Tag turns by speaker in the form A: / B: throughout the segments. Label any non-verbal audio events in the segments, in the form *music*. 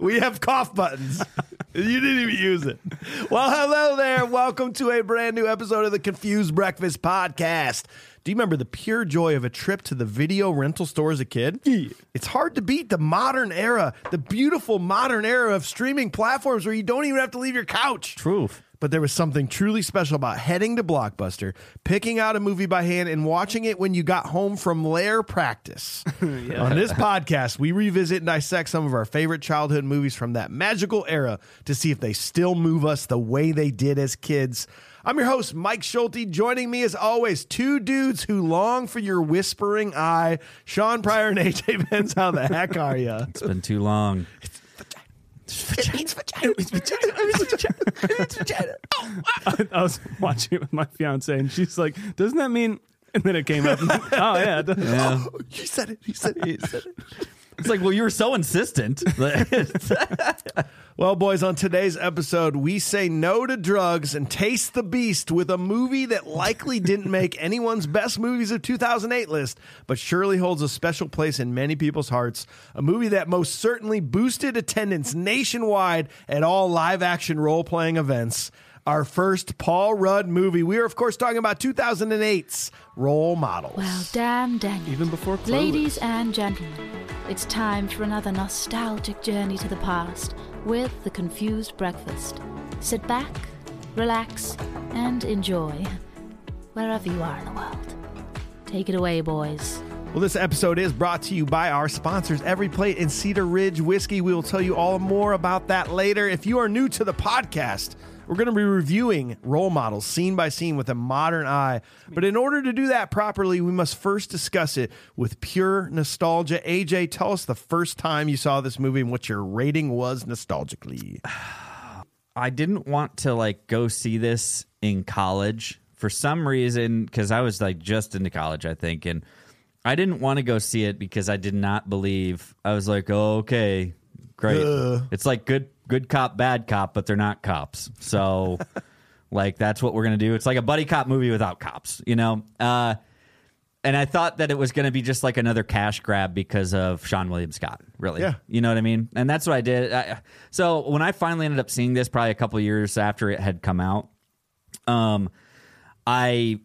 A: we have cough buttons. You didn't even use it. Well, hello there. Welcome to a brand new episode of the Confused Breakfast Podcast. Do you remember the pure joy of a trip to the video rental store as a kid? It's hard to beat the modern era, the beautiful modern era of streaming platforms where you don't even have to leave your couch.
B: Proof.
A: But there was something truly special about heading to Blockbuster, picking out a movie by hand, and watching it when you got home from lair practice. On this podcast, we revisit and dissect some of our favorite childhood movies from that magical era to see if they still move us the way they did as kids. I'm your host, Mike Schulte. Joining me, as always, two dudes who long for your whispering eye, Sean Pryor and AJ Benz. How the heck are *laughs* you?
B: It's been too long.
A: Oh,
B: *laughs* I was watching it with my fiance, and she's like, "Doesn't that mean?" *laughs* And then it came up. and I'm like, oh yeah, it does.
A: He said it. He said it. He said it.
C: It's like, well, you were so insistent. *laughs*
A: Well, boys, on today's episode, we say no to drugs and taste the beast with a movie that likely didn't make anyone's best movies of 2008 list, but surely holds a special place in many people's hearts. A movie that most certainly boosted attendance nationwide at all live action role playing events. Our first Paul Rudd movie. We are, of course, talking about 2008's Role Models.
D: Well, damn dang it.
B: Even before Clueless.
D: Ladies and gentlemen, it's time for another nostalgic journey to the past with The Confused Breakfast. Sit back, relax, and enjoy wherever you are in the world. Take it
B: *laughs*
D: away, boys.
A: Well, this episode is brought to you by our sponsors, Every Plate and Cedar Ridge Whiskey. We will tell you all more about that later. If you are new to the podcast, we're going to be reviewing role models scene by scene with a modern eye. But in order to do that properly, we must first discuss it with pure nostalgia. AJ, tell us the first time you saw this movie and what your rating was nostalgically.
C: I didn't want to like go see this in college for some reason because I was like just into college, I think, and I didn't want to go see it because I did not believe. I was like, oh, okay, great. It's like good good cop, bad cop, but they're not cops, so *laughs* like that's what we're gonna do. It's like a buddy cop movie without cops, you know. Uh, and I thought that it was going to be just like another cash grab because of Sean William Scott, really.
A: Yeah.
C: You know what I mean? And that's what I did. I, so when I finally ended up seeing this, probably a couple years after it had come out, um, I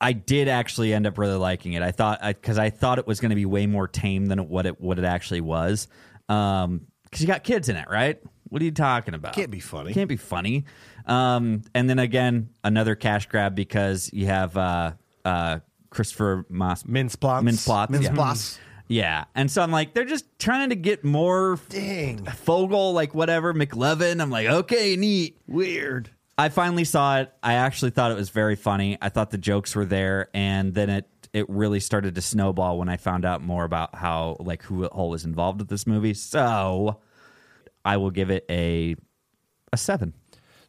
C: I did actually end up really liking it. I thought because I, thought it was going to be way more tame than what it what it actually was. Um, because you got kids in it, right? What are you talking about?
A: Can't be funny.
C: Can't be funny. Um, and then again, another cash grab because you have uh uh Christopher Moss
A: Mince plots.
C: Mince plots,
A: Mince
C: yeah.
A: plots.
C: yeah, and so I'm like, they're just trying to get more
A: Dang.
C: Fogel, like whatever, McLevin. I'm like, okay, neat.
A: Weird.
C: I finally saw it. I actually thought it was very funny. I thought the jokes were there, and then it it really started to snowball when I found out more about how like who all was involved with this movie. So I will give it a a seven.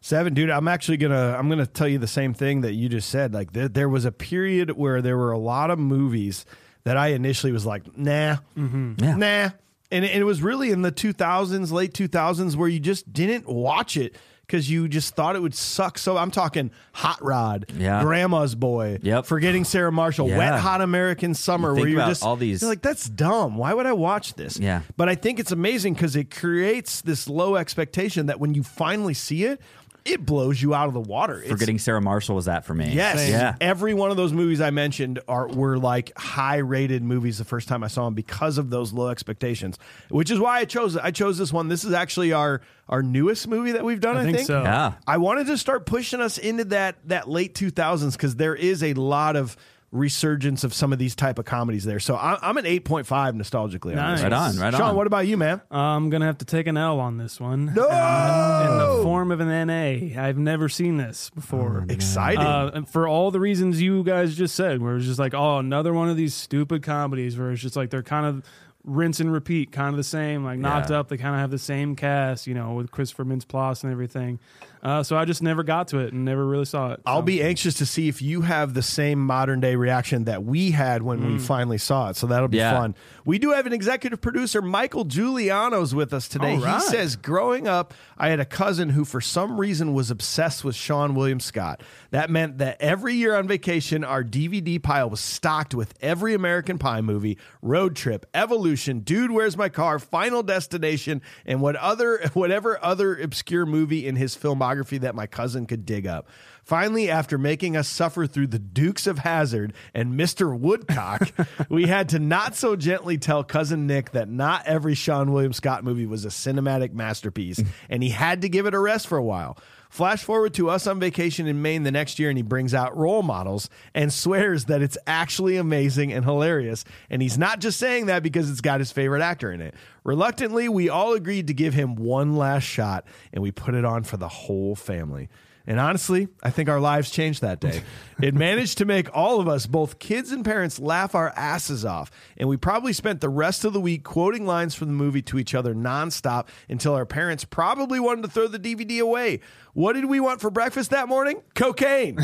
A: Seven, dude. I'm actually gonna I'm gonna tell you the same thing that you just said. Like there, there was a period where there were a lot of movies that I initially was like, nah,
C: Yeah.
A: nah, and it, it was really in the 2000s, late 2000s, where you just didn't watch it because you just thought it would suck. So I'm talking Hot Rod,
C: Yeah.
A: Grandma's Boy,
C: Yep.
A: Forgetting Sarah Marshall,
C: Yeah.
A: Wet Hot American Summer,
C: You think
A: where you're
C: about
A: just
C: all these-
A: you're like that's dumb. Why would I watch this?
C: Yeah.
A: But I think it's amazing because it creates this low expectation that when you finally see it, it blows you out of the water. It's-
C: Forgetting Sarah Marshall was that for me.
A: Yes.
C: Yeah.
A: Every one of those movies I mentioned are were like high rated movies the first time I saw them because of those low expectations, which is why I chose I chose this one. This is actually our our newest movie that we've done. I,
B: think so.
C: Yeah.
A: I wanted to start pushing us into that that late 2000s because there is a lot of resurgence of some of these type of comedies there. So I'm, I'm an 8.5 nostalgically. on this.
B: Nice.
C: Right on. Right
A: Sean,
C: on.
A: what about you, man?
B: I'm gonna have to take an L on this one.
A: No!
B: Uh, in the form of an NA. I've never seen this before.
A: Oh, Exciting.
B: Uh, and for all the reasons you guys just said, where it's just like, oh, another one of these stupid comedies where it's just like they're kind of rinse and repeat, kind of the same, like knocked
C: Yeah.
B: up. They kind of have the same cast, you know, with Christopher Mintz-Plasse and everything. Uh, so I just never got to it and never really saw it.
A: I'll
B: So-
A: be anxious to see if you have the same modern day reaction that we had when we finally saw it. So that'll be
C: Yeah.
A: fun. We do have an executive producer, Michael Giuliano's with us today.
B: All right.
A: He says, Growing up, I had a cousin who, for some reason, was obsessed with Sean William Scott. That meant that every year on vacation, our DVD pile was stocked with every American Pie movie, Road Trip, Evolution. Revolution, Dude, Where's My Car, Final Destination, and what other *laughs* whatever other obscure movie in his filmography that my cousin could dig up. Finally, after making us suffer through the Dukes of Hazard and Mr. Woodcock, we had to not so gently tell cousin Nick that not every Sean William Scott movie was a cinematic masterpiece, and he had to give it a rest for a while. Flash forward to us on vacation in Maine the next year, and he brings out role models and swears that it's actually amazing and hilarious. And he's not just saying that because it's got his favorite actor in it. Reluctantly, we all agreed to give him one last shot, and we put it on for the whole family. And honestly, I think our lives changed that day. it managed to make all of us, both kids and parents, laugh our asses off. And we probably spent the rest of the week quoting lines from the movie to each other nonstop until our parents probably wanted to throw the DVD away. What did we want for breakfast that morning? Cocaine.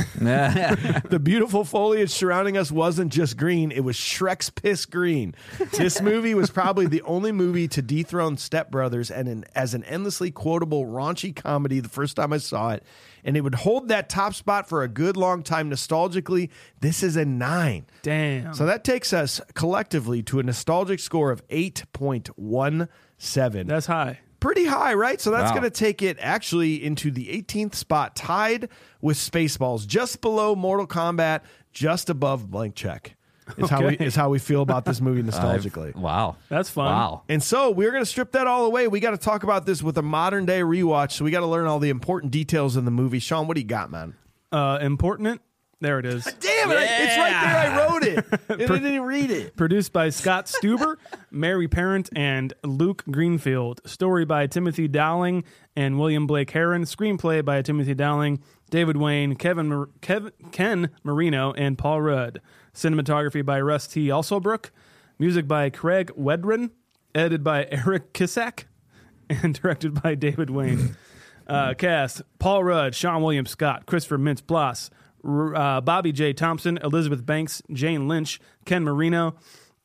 A: the beautiful foliage surrounding us wasn't just green, it was Shrek's piss green.
B: *laughs*
A: This movie was probably the only movie to dethrone Step Brothers and an, as an endlessly quotable, raunchy comedy the first time I saw it. And it would hold that top spot for a good long time nostalgically. This is a nine.
B: Damn.
A: So that takes us collectively to a nostalgic score of 8.17
B: That's high.
A: pretty high, right? So that's
C: Wow.
A: going to take it actually into the 18th spot, tied with Spaceballs, just below Mortal Kombat, just above Blank Check. Is how we
B: Okay.
A: is how we feel about this
B: *laughs*
A: movie
C: I've-
A: nostalgically.
C: Wow.
B: That's fun.
C: Wow.
A: And so we're going to strip that all away. We got to talk about this with a modern day rewatch. So we got to learn all the important details in the movie. Sean, what do you got, man?
B: Uh, important. There it is.
A: Damn it! I- It's right *laughs* there. I wrote it, and I didn't read it.
B: Produced by Scott Stuber, Mary Parent, and Luke Greenfield. Story by Timothy Dowling and William Blake Heron. Screenplay by Timothy Dowling, David Wayne, Kevin, Mar- Kev- Ken Marino, and Paul Rudd. Cinematography by Russ T. Alsobrook. Music by Craig Wedren. Edited by Eric Kissack. *laughs* And directed by David
A: *laughs*
B: Wayne. Uh, cast Paul Rudd, Sean William Scott, Christopher Mintz Bloss, R- uh, Bobby J. Thompson, Elizabeth Banks, Jane Lynch, Ken Marino,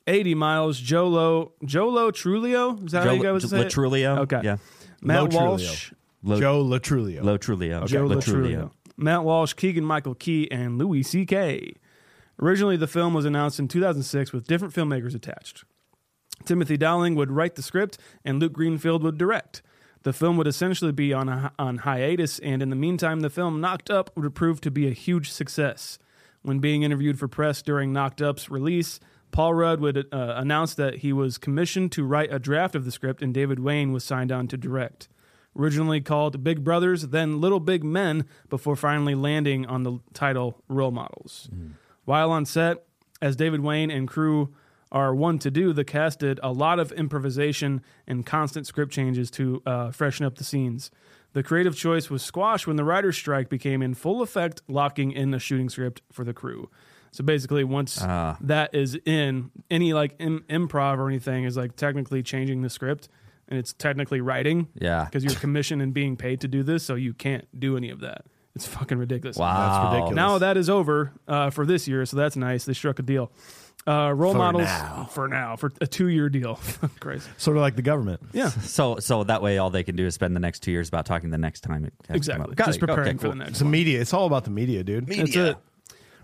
B: 80 Miles, Jolo, Jolo Trulio. Is that how you
C: Joe
B: guys would say it?
C: Latrulio.
B: Okay.
C: Yeah.
B: Matt
A: Lo Trulio.
B: Walsh.
C: Lo,
A: Joe Latrulio.
C: Lotrulio.
B: Joe Latrulio. Matt Walsh, Keegan Michael Key, and Louis C.K. Originally, the film was announced in 2006 with different filmmakers attached. Timothy Dowling would write the script, and Luke Greenfield would direct. The film would essentially be on a, on hiatus, and in the meantime, the film Knocked Up would prove to be a huge success. When being interviewed for press during Knocked Up's release, Paul Rudd would uh, announce that he was commissioned to write a draft of the script, and David Wayne was signed on to direct. Originally called Big Brothers, then Little Big Men, before finally landing on the title Role Models. While on set, as David Wayne and crew are one to do, the cast did a lot of improvisation and constant script changes to uh, freshen up the scenes. The creative choice was squashed when the writer's strike became in full effect, locking in the shooting script for the crew. So basically, once
C: Ah.
B: that is in, any like Im- improv or anything is like technically changing the script, and it's technically writing.
C: Yeah.
B: because you're commissioned and being paid to do this, so you can't do any of that. It's fucking ridiculous.
C: Wow.
A: That's ridiculous.
B: Now that is over uh, for this year, so that's nice. They struck a deal. Uh, role
A: For
B: models
A: now.
B: for now for a two-year deal. *laughs* Crazy.
A: Sort of like the government.
C: *laughs*
B: Yeah,
C: So so that way all they can do is spend the next two years about talking the next time it has to come
B: exactly.
C: up. Got
B: Just
C: it. Okay,
B: preparing for
C: cool.
B: the next.
A: It's the media. It's all about the media, dude.
B: That's it.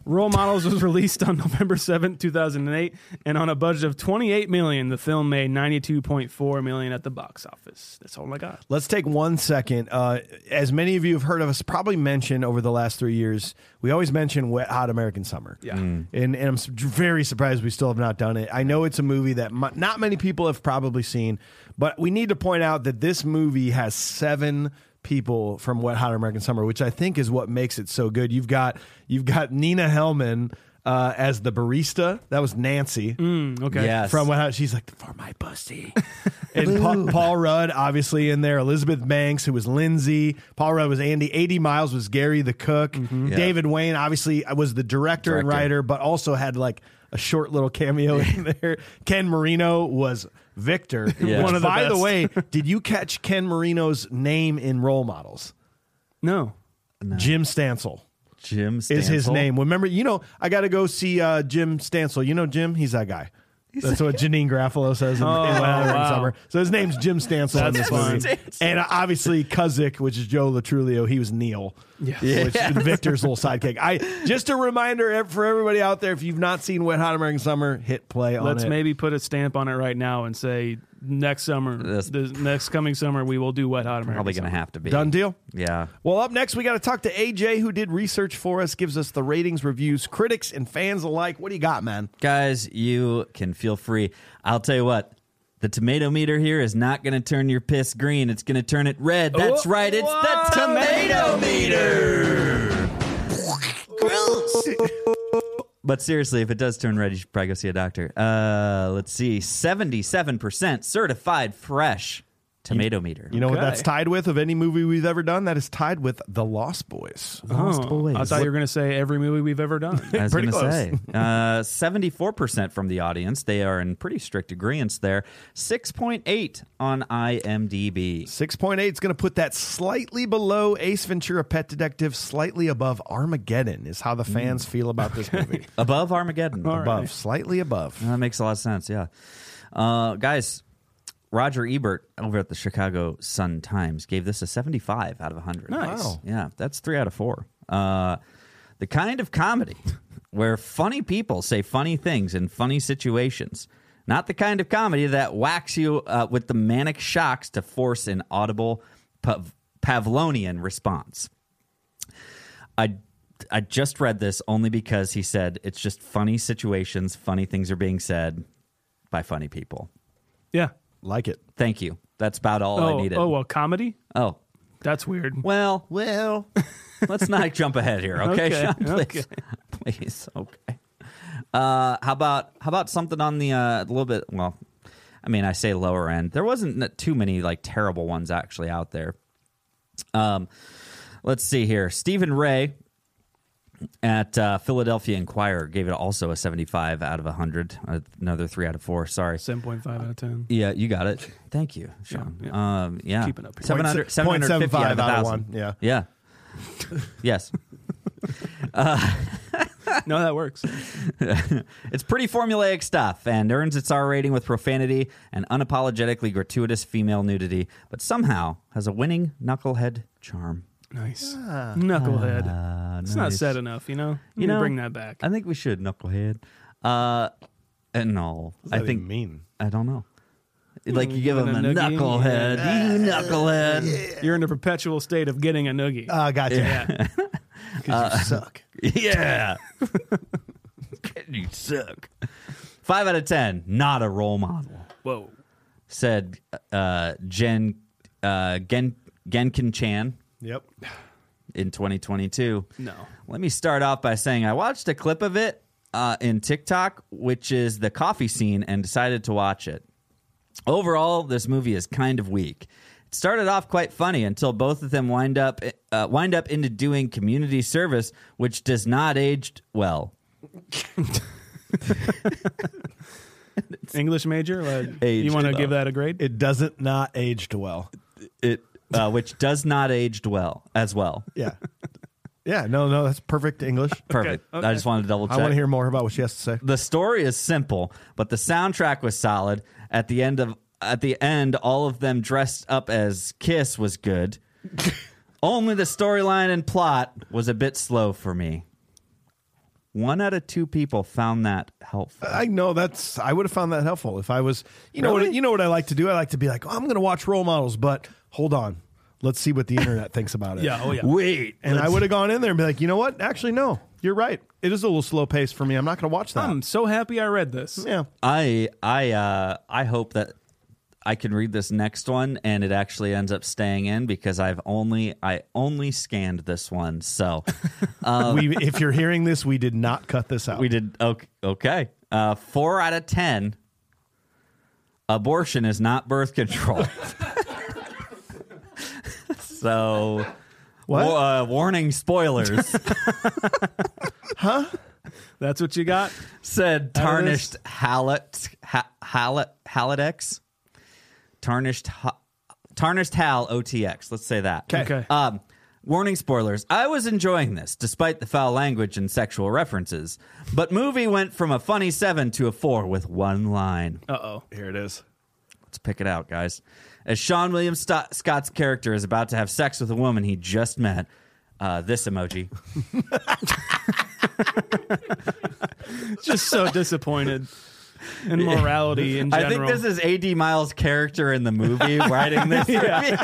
B: Role Models was *laughs* released on November seventh, two 2008, and on a budget of 28 million, the film made 92.4 million at the box office. That's all I got.
A: Let's take one second. Uh, as many of you have heard of us probably mention over the last three years, we always mention Wet Hot American Summer.
B: Yeah. Mm.
A: And, and I'm s- very surprised we still have not done it. I know it's a movie that mu not many people have probably seen, but we need to point out that this movie has seven people from Wet Hot American Summer, which I think is what makes it so good. You've got you've got Nina Hellman uh, as the barista. That was Nancy
B: Okay.
C: Yes.
A: from what how- she's like for my
B: *laughs*
A: pussy. and Paul, Paul Rudd obviously in there. Elizabeth Banks who was Lindsay. Paul Rudd was Andy. Eighty Miles was Gary the cook.
B: Mm-hmm.
C: Yeah.
A: David Wayne obviously uh, was the director, and
C: Director.
A: writer, but also had like a short little cameo in
B: *laughs*
A: there. Ken Marino was Victor.
C: Yeah.
A: Which,
B: One of the
A: by the
B: best.
A: way, did you catch Ken Marino's name in Role Models?
B: No.
A: Jim Stansel
C: Jim
A: is his
C: Stansel?
A: name. Remember, you know, I got to go see uh, Jim Stansel. You know Jim? He's that guy. That's what Janine Garofalo says in,
B: Oh,
A: in Winter and
B: wow.
A: Summer. So his name's Jim Stansel in this
B: That's fine.
A: movie. And uh, obviously Kuzik, which is Joe Latrulio, he was Neil. Which is Victor's little sidekick. I just a reminder ev- for everybody out there: if you've not seen Wet Hot American Summer, hit play on
B: Let's
A: it.
B: maybe put a stamp on it right now and say next summer,
C: That's-
B: the next coming summer, we will do Wet Hot American.
C: Probably going to
B: Summer.
C: have to be
A: Done deal.
C: Yeah.
A: Well, up next, we got to talk to AJ, who did research for us, gives us the ratings, reviews, critics, and fans alike. What do you got, man?
C: guys, you can feel free. I'll tell you what. The tomato meter here is not going to turn your piss green. It's going to turn it red. That's
B: Oh,
C: right. It's
B: what?
C: the tomato meter. Gross. but seriously, if it does turn red, you should probably go see a doctor. Uh, let's see. 77% certified fresh tomato meter.
A: You know what
B: Okay.
A: that's tied with of any movie we've ever done? That is tied with The Lost Boys.
C: Lost Boys.
B: Oh, I thought you were going to say every movie we've ever
C: *laughs*
B: done.
C: I was
A: Pretty
C: going to
A: close. *laughs*
C: say. Uh, 74% from the audience. They are in pretty strict agreement there. 6.8 on IMDb.
A: 6.8 is going to put that slightly below Ace Ventura Pet Detective, slightly above Armageddon, is how the fans
C: Mm.
A: feel about this
C: *laughs*
A: movie.
C: Above Armageddon.
A: above, slightly above.
C: That makes a lot of sense, yeah. Uh, guys, Roger Ebert over at the Chicago Sun Times gave this a 75 out of 100.
B: Nice.
A: Wow.
C: Yeah, that's three out of four. Uh, the kind of comedy where funny people say funny things in funny situations. Not the kind of comedy that whacks you uh, with the manic shocks to force an audible Pav- Pavlonian response. I I just read this only because he said it's just funny situations, funny things are being said by funny people.
B: yeah.
A: Like it.
C: Thank you. That's about all
B: oh,
C: I needed.
B: oh, well, comedy?
C: Oh,
B: That's weird.
C: well, well. let's not jump ahead
B: *laughs*
C: here, okay,
B: Okay,
C: Sean? Please, *laughs* please, okay. Uh, how about how about something on the uh, a little bit? Well, I mean, I say lower end. There wasn't n- too many like terrible ones actually out there. Um, let's see here. Stephen Ray at uh, Philadelphia Inquirer gave it also a seventy-five out of hundred. Another three out of four. Sorry.
B: 7.5 out of 10.
C: Yeah, you got it. Thank you, Sean. Yeah, yeah. Um, yeah.
B: Keeping up here.
C: 700
A: Point se- point
C: 750
A: 75
C: out of a
A: out of
C: thousand.
A: one, yeah.
C: Yeah. yes.
B: No, that works.
C: It's pretty formulaic stuff and earns its R rating with profanity and unapologetically gratuitous female nudity, but somehow has a winning knucklehead charm.
B: Nice.
C: Ah.
B: Knucklehead.
C: Uh,
B: it's not
C: nice.
B: said enough, you know?
C: You
B: You know,
C: know,
B: bring that back.
C: I think we should knucklehead. Uh, uh, no, I
A: What do you
C: think
A: mean.
C: I don't know. Like you give
B: giving
C: him a
B: a noogie?
C: knucklehead, you knucklehead.
B: You're in a perpetual state of getting a noogie.
A: Uh, gotcha.
C: *laughs*
B: yeah.
A: Because
C: Uh,
A: you suck.
C: Yeah. *laughs* you suck. Five out of ten. Not a role model,
B: Whoa.
C: said uh, Jen uh, Gen Genkin Chan
A: Yep.
C: in 2022.
B: No.
C: Let me start off by saying I watched a clip of it uh, in TikTok, which is the coffee scene, and decided to watch it. Overall, this movie is kind of weak. It started off quite funny until both of them wind up uh, wind up into doing community service, which does not age well.
B: English major?
C: *laughs*
B: Like,
C: Aged
B: you want to
C: up.
B: give that a grade?
A: It doesn't not aged well.
C: it uh, which does not aged well as well. *laughs*
A: Yeah. Yeah. No, no, that's perfect English.
C: Perfect.
B: Okay,
C: I
B: okay.
C: just wanted to double
A: I
C: check.
A: want to hear more about what she has to say.
C: the story is simple, but the soundtrack was solid. At the end of at the end, all of them dressed up as Kiss was good. Only the storyline and plot was a bit slow for me. One out of two people found that helpful.
A: I know that's. I would have found that helpful if I was. You know what? You know what I like to do. I like to be like, oh, I'm going to watch role models, but hold on, let's see what the internet thinks about it.
B: yeah. Oh, yeah.
C: Wait,
A: And I would have gone in there and be like, you know what? Actually, no, you're right. It is a little slow paced for me. I'm not going to watch that.
B: I'm so happy I read this.
A: yeah.
C: I I uh, I hope that I can read this next one and it actually ends up staying in because I've only I only scanned this one. So
B: Um,
A: we, if you're hearing this, we did not cut this out.
C: we did okay. okay. Uh, four out of ten. Abortion is not birth control. so,
A: What?
C: wa- uh, warning spoilers.
B: That's what you got?
C: said
B: Out of
C: tarnished
B: this?
C: Hallett ha, Hallett Halledex, tarnished Ha- tarnished Hal OTX. Let's say that.
B: Okay. Okay.
C: Um, Warning spoilers. I was enjoying this, despite the foul language and sexual references. But movie went from a funny seven to a four with one line.
B: Uh oh.
A: Here it is.
C: Let's pick it out, guys. As Sean William Sto- Scott's character is about to have sex with a woman he just met, uh, this emoji.
B: Just so
C: *laughs*
B: disappointed in morality in general.
C: I think this is AD Miles' character in
B: *laughs*
C: the movie writing this. review.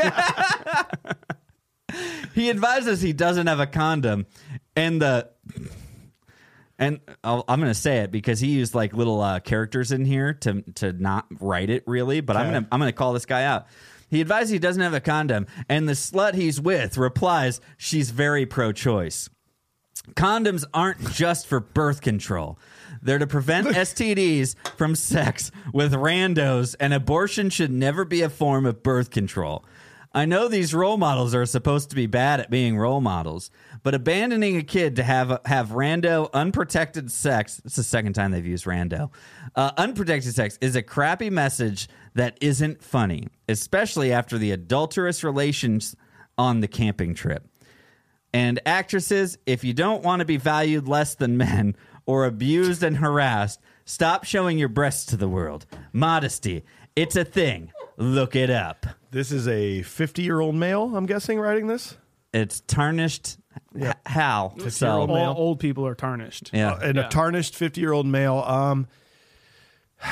C: he advises he doesn't have a condom, and the and I'll, I'm going to say it because he used like little uh, characters in here to to not write it really, but I'm going to I'm going to call this guy out. He advises he doesn't have a condom, and the slut he's with replies she's very pro-choice. Condoms aren't just for birth control. They're to prevent STDs from sex with randos, and abortion should never be a form of birth control. I know these role models are supposed to be bad at being role models, but abandoning a kid to have have rando unprotected sex, it's the second time they've used rando, uh, unprotected sex is a crappy message that isn't funny, especially after the adulterous relations on the camping trip. And actresses, if you don't want to be valued less than men or abused and harassed, stop showing your breasts to the world. Modesty, it's a thing. Look it up.
A: This is a 50 year old male, I'm guessing, writing this.
C: It's tarnished. h- How?
B: all
C: So,
B: old Uh, people are tarnished.
C: yeah.
A: And a tarnished 50 year old male. Um, *sighs*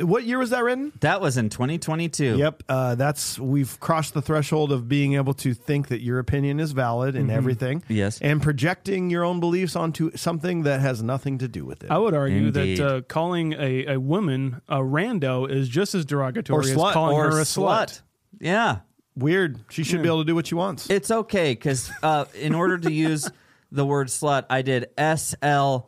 A: what year was that written?
C: that was in 2022.
A: Yep, uh, that's we've crossed the threshold of being able to think that your opinion is valid in everything.
C: Yes.
A: and projecting your own beliefs onto something that has nothing to do with it.
B: I would argue
C: Indeed.
B: that uh, calling a, a woman a rando is just as derogatory
A: Or slut,
B: as calling
C: Or
B: her a
C: slut.
B: slut.
C: Yeah.
A: Weird. She should be able to do what she wants.
C: It's okay because uh, in order to use the word slut, I did SL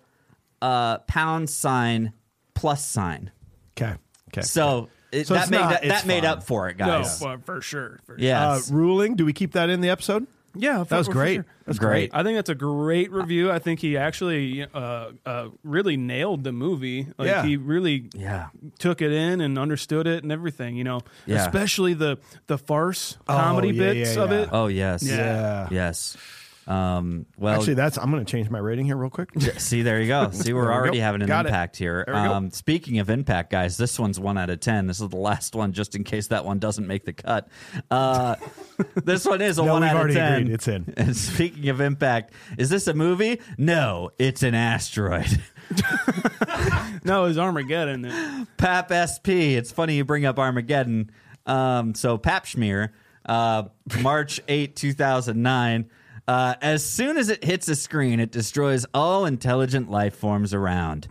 C: uh, pound sign plus sign.
A: Okay. Okay.
C: So, it,
A: So
C: that
A: it's
C: made
A: not-
C: that,
A: it's
C: that made
A: fine.
C: up for it,
B: No,
C: guys.
B: well, for sure. for-
A: uh,
C: Yes.
A: ruling. Do we keep that in the episode?
B: Yeah,
A: That was great.
C: That's great.
B: I think that's a great review. I think he actually uh, uh, really nailed the movie. Like
A: Yeah.
B: he really
C: Yeah.
B: took it in and understood it and everything. You know,
C: Yeah.
B: especially the the farce comedy
A: yeah,
B: bits
A: yeah,
B: of
A: yeah.
B: it.
C: Oh yes.
A: Yeah.
C: Yes. Um, well,
A: Actually, that's. I'm going to change my rating here real quick.
C: see, there
A: *laughs*
C: you go. See, we're
A: There we
C: already
A: go.
C: having an
A: Got it.
C: impact here.
A: There we go.
C: Um, speaking of impact, guys, this one's one out of ten. This is the last one, just in case that one doesn't make the cut.
A: *laughs*
C: Uh, this one is a
A: No,
C: one
A: we've
C: out
A: already
C: of ten.
A: agreed. It's in.
C: And *laughs* speaking of impact, is this a movie? No, it's an asteroid.
B: No, it was Armageddon. It-
C: Pap SP. It's funny you bring up Armageddon. Um, so Pap Schmear, uh, March *laughs* 8, 2009. Uh, as soon as it hits a screen, it destroys all intelligent life forms around.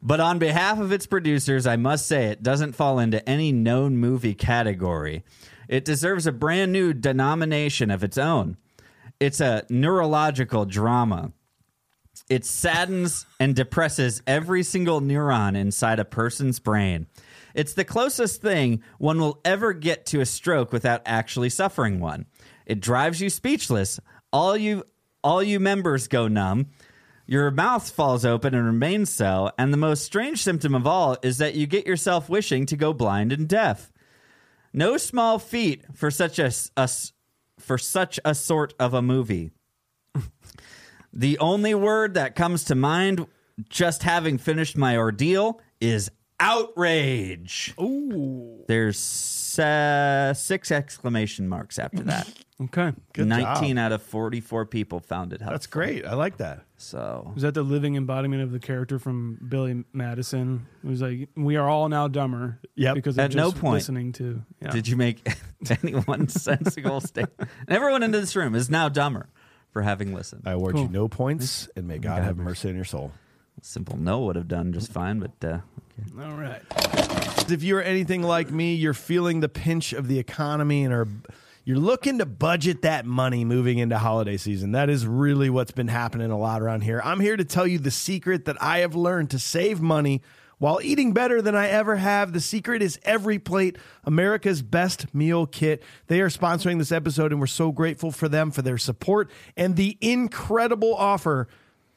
C: but on behalf of its producers, I must say it doesn't fall into any known movie category. It deserves a brand new denomination of its own. It's a neurological drama. It saddens and depresses every single neuron inside a person's brain. It's the closest thing one will ever get to a stroke without actually suffering one. It drives you speechless. All you all you members go numb. Your mouth falls open and remains so, and the most strange symptom of all is that you get yourself wishing to go blind and deaf. No small feat for such a, s- a s- for such a sort of a movie. The only word that comes to mind just having finished my ordeal is outrage. Ooh. There's uh, six exclamation
A: *laughs*
C: marks after that.
B: okay,
A: Good
C: 19
A: job.
C: out of 44 people found it helpful.
A: That's great. I like that.
C: So,
B: was that the living embodiment of the character from Billy Madison? It was like we are all now dumber.
A: Yep.
B: because of
C: At
B: just
C: no point
B: listening to. Yeah.
C: did you make *laughs* any
A: *laughs*
C: one sensible statement? And Everyone in this room is now dumber for having listened.
A: I award you no points, and may God have mercy on your soul.
C: Simple no would have done just fine, but uh,
B: all right.
A: If you're anything like me, you're feeling the pinch of the economy and are you're looking to budget that money moving into holiday season. That is really what's been happening a lot around here. I'm here to tell you the secret that I have learned to save money while eating better than I ever have. The secret is Every Plate, America's best meal kit. They are sponsoring this episode and we're so grateful for them for their support and the incredible offer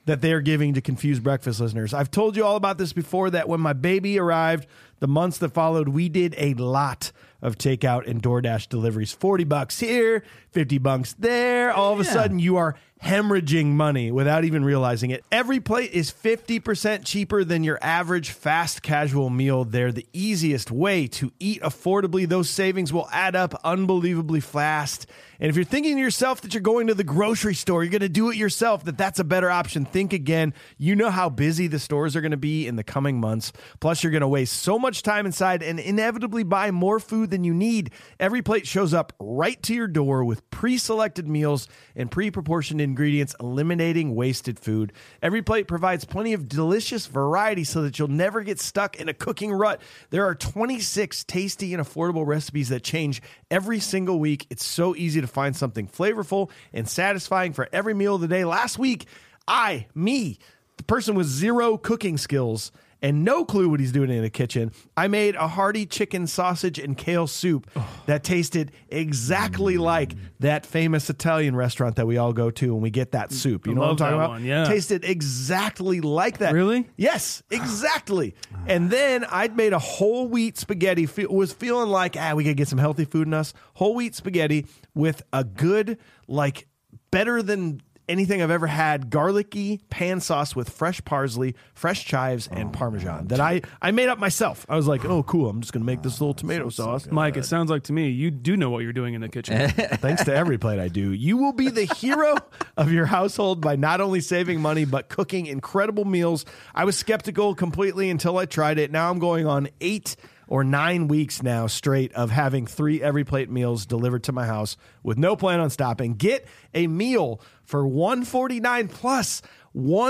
A: that they are giving to confused breakfast listeners. I've told you all about this before that when my baby arrived, The months that followed, we did a lot of takeout and DoorDash deliveries 40 bucks here, 50 bucks there. All of a sudden, you are hemorrhaging money without even realizing it. Every plate is 50% cheaper than your average fast casual meal. They're the easiest way to eat affordably. Those savings will add up unbelievably fast. And if you're thinking to yourself that you're going to the grocery store, you're going to do it yourself, that that's a better option, think again. You know how busy the stores are going to be in the coming months. Plus, you're going to waste so much time inside and inevitably buy more food than you need. Every plate shows up right to your door with pre selected meals and pre proportioned ingredients, eliminating wasted food. Every plate provides plenty of delicious variety so that you'll never get stuck in a cooking rut. There are 26 tasty and affordable recipes that change every single week. It's so easy to find something flavorful and satisfying for every meal of the day. Last week, I, me, the person with zero cooking skills and no clue what he's doing in the kitchen, I made a hearty chicken sausage and kale soup that tasted exactly like that famous Italian restaurant that we all go to when we get that soup. You know what I'm
B: love
A: talking
B: that
A: about?
B: one, yeah.
A: Tasted exactly like that.
B: Really?
A: Yes, exactly. and then I'd made a whole wheat spaghetti. Fe- was feeling like ah, we could get some healthy food in us. Whole wheat spaghetti with a good, like better than anything I've ever had, garlicky pan sauce with fresh parsley, fresh chives, and parmesan that I I made up myself. I was like, oh, cool. I'm just gonna make this little tomato sauce.
B: Mike, it sounds like to me you do know what you're doing in the
C: *laughs*
B: kitchen.
A: Thanks to every plate I do, you will be the hero of your household by not only saving money, but cooking incredible meals. I was skeptical completely until I tried it. Now I'm going on eight or nine weeks now straight of having three every plate meals delivered to my house with no plan on stopping. Get a meal for 149 plus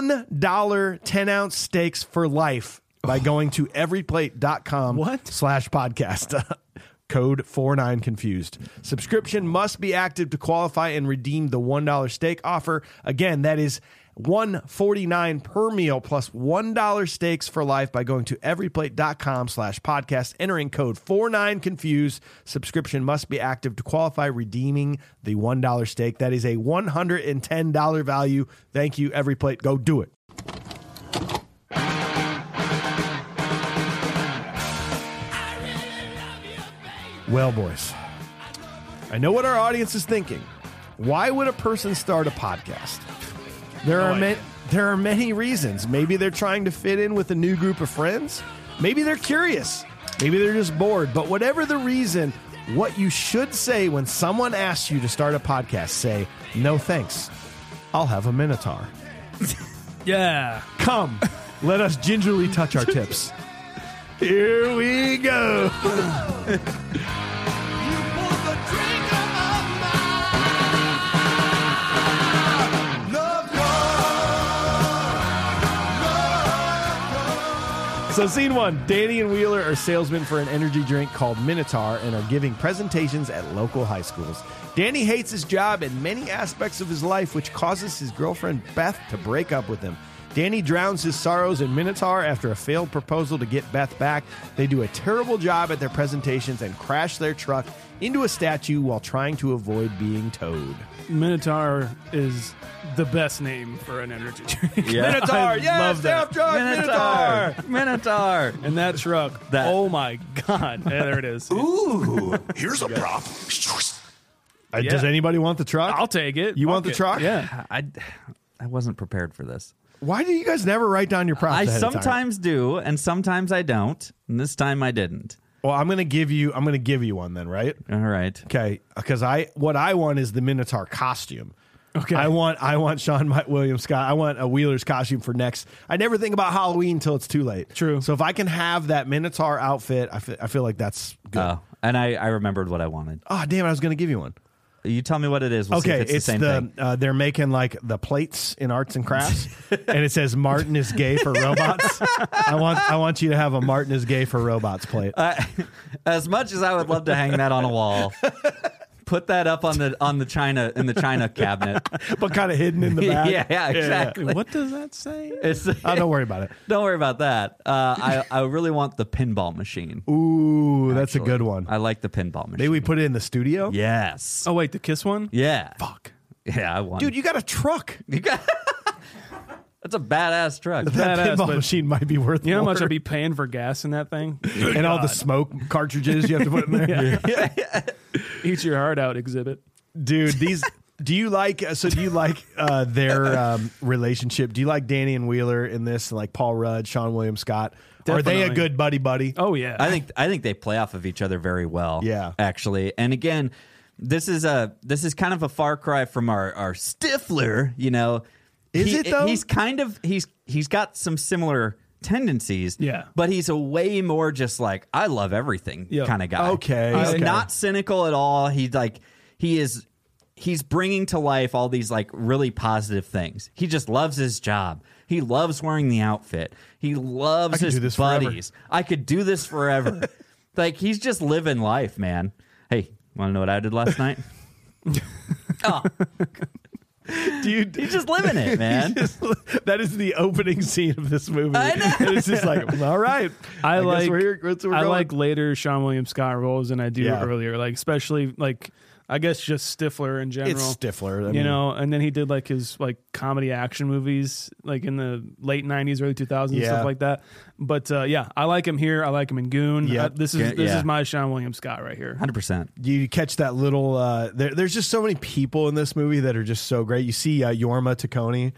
A: $1 10 ounce steaks for life by going to everyplate.com
B: What?
A: slash podcast. *laughs* Code 49 confused. Subscription must be active to qualify and redeem the $1 steak offer. Again, that is 149 per meal plus $1 steaks for life by going to everyplate.com slash podcast, entering code 49 confused. Subscription must be active to qualify, redeeming the $1 steak. That is a $110 value. Thank you, Everyplate. Go do it. Well, boys, I know what our audience is thinking. Why would a person start a podcast? There are ma- there are many reasons. Maybe they're trying to fit in with a new group of friends. Maybe they're curious. Maybe they're just bored. But whatever the reason, what you should say when someone asks you to start a podcast, say, "No thanks. I'll have a minotaur.
B: yeah.
A: Come, let us gingerly touch our tips." Here we go. So, scene one Danny and Wheeler are salesmen for an energy drink called Minotaur and are giving presentations at local high schools. Danny hates his job and many aspects of his life, which causes his girlfriend Beth to break up with him. Danny drowns his sorrows in Minotaur after a failed proposal to get Beth back. They do a terrible job at their presentations and crash their truck into a statue while trying to avoid being towed.
B: Minotaur is the best name for an energy *laughs* drink.
C: Yeah.
A: Minotaur,
B: I
A: yes,
B: love that.
A: self-drug Minotaur.
C: Minotaur.
B: And that truck.
C: That-
B: Oh my God. Yeah, there it is.
E: Ooh, here's a prop.
A: Uh, Does anybody want the truck?
B: I'll take it.
A: you
B: Fuck
A: want the
B: it.
A: truck?
B: Yeah.
C: I, I wasn't prepared for this.
A: Why do you guys never write down your props?
C: I
A: ahead of time?
C: sometimes do, and sometimes I don't. And this time I didn't.
A: Well, I'm gonna give you. I'm gonna give you one then, right?
C: All right.
A: Okay, because I what I want is the Minotaur costume.
B: Okay.
A: I want I want Sean Mike William Scott. I want a Wheeler's costume for next. I never think about Halloween until it's too late.
B: True.
A: So if I can have that Minotaur outfit, I fe- I feel like that's good.
C: Oh, and I, I remembered what I wanted.
A: oh damn! I was gonna give you one.
C: You tell me what it is. We'll see
A: Okay,
C: if
A: it's,
C: it's, the same
A: the
C: thing.
A: uh, they're making like the plates in arts and
B: *laughs*
A: crafts, and it says Martin is gay for robots. I want I want you to have a Martin is gay for robots plate.
C: Uh, As much as I would love to hang that on
A: *laughs*
C: a wall, put that up on the on the China in the China cabinet.
A: but kind of hidden in *laughs* the back.
C: *laughs* yeah, yeah, exactly.
B: *laughs* What does that say?
C: It's,
A: Oh, don't worry about it.
C: don't worry about that. Uh, I I really want the pinball machine.
A: Ooh, that's a
C: actually.
A: good one.
C: I like the pinball machine.
A: Maybe we put it in the studio.
C: yes.
B: Oh, wait, the kiss one?
C: Yeah.
B: Fuck. *laughs*
C: Yeah, I want.
A: Dude, you got a truck.
C: *laughs* That's a badass truck.
A: That
B: Badass,
A: pinball
B: but- *laughs*
A: machine might be worth
B: You know how
A: more.
B: much I'd be paying for gas in that *laughs* thing?
A: *laughs* and all the smoke cartridges you have to put in there.
B: *laughs* Eat your heart out exhibit.
A: Dude, these. Do you like? uh, So do you like uh, their um, relationship? Do you like Danny and Wheeler in this? Like Paul Rudd, Sean William Scott. Are they a
B: Definitely.
A: good buddy buddy?
B: Oh yeah. *laughs*
C: I think I think they play off of each other very well.
A: Yeah.
C: actually. And again, this is a this is kind of a far cry from our our Stifler. You know,
A: Is it, though?
C: He's kind of he's he's got some similar tendencies.
B: Yeah.
C: but he's a way more just like I love everything
B: Yeah.
C: kind of guy.
A: Okay,
C: he's
A: okay.
C: not cynical at all. He's like he is. He's bringing to life all these like really positive things. He just loves his job. He loves wearing the outfit. He loves
A: could
C: his
A: do this forever.
C: buddies. I could do
A: *laughs*
C: this forever. like he's just living life, man. Hey, want to know what I did last
A: *laughs*
C: night? oh,
A: Dude,
C: he's just
A: *laughs*
C: living it, man.
A: *laughs* that is the opening scene of this movie.
B: *laughs*
C: I know.
A: And it's just like, well, all right.
B: I,
A: guess
B: like
A: we're here. That's where we're
B: I
A: going.
B: like later Sean William Scott roles than I do
A: Yeah.
B: earlier. Like especially like I guess just Stifler in general.
A: It's Stifler. I
B: you
A: mean-
B: know, and then he did like his like comedy action movies like in the late '90s, early 2000s, and
A: Yeah.
B: stuff like that. But uh, yeah, I like him here. I like him in Goon.
A: Yeah.
B: Uh, this is
C: Yeah,
B: this
C: yeah.
B: is my Sean William Scott right here.
C: Hundred percent.
A: you catch that little uh there, there's just so many people in this movie that are just so great you see uh, yorma Taconi.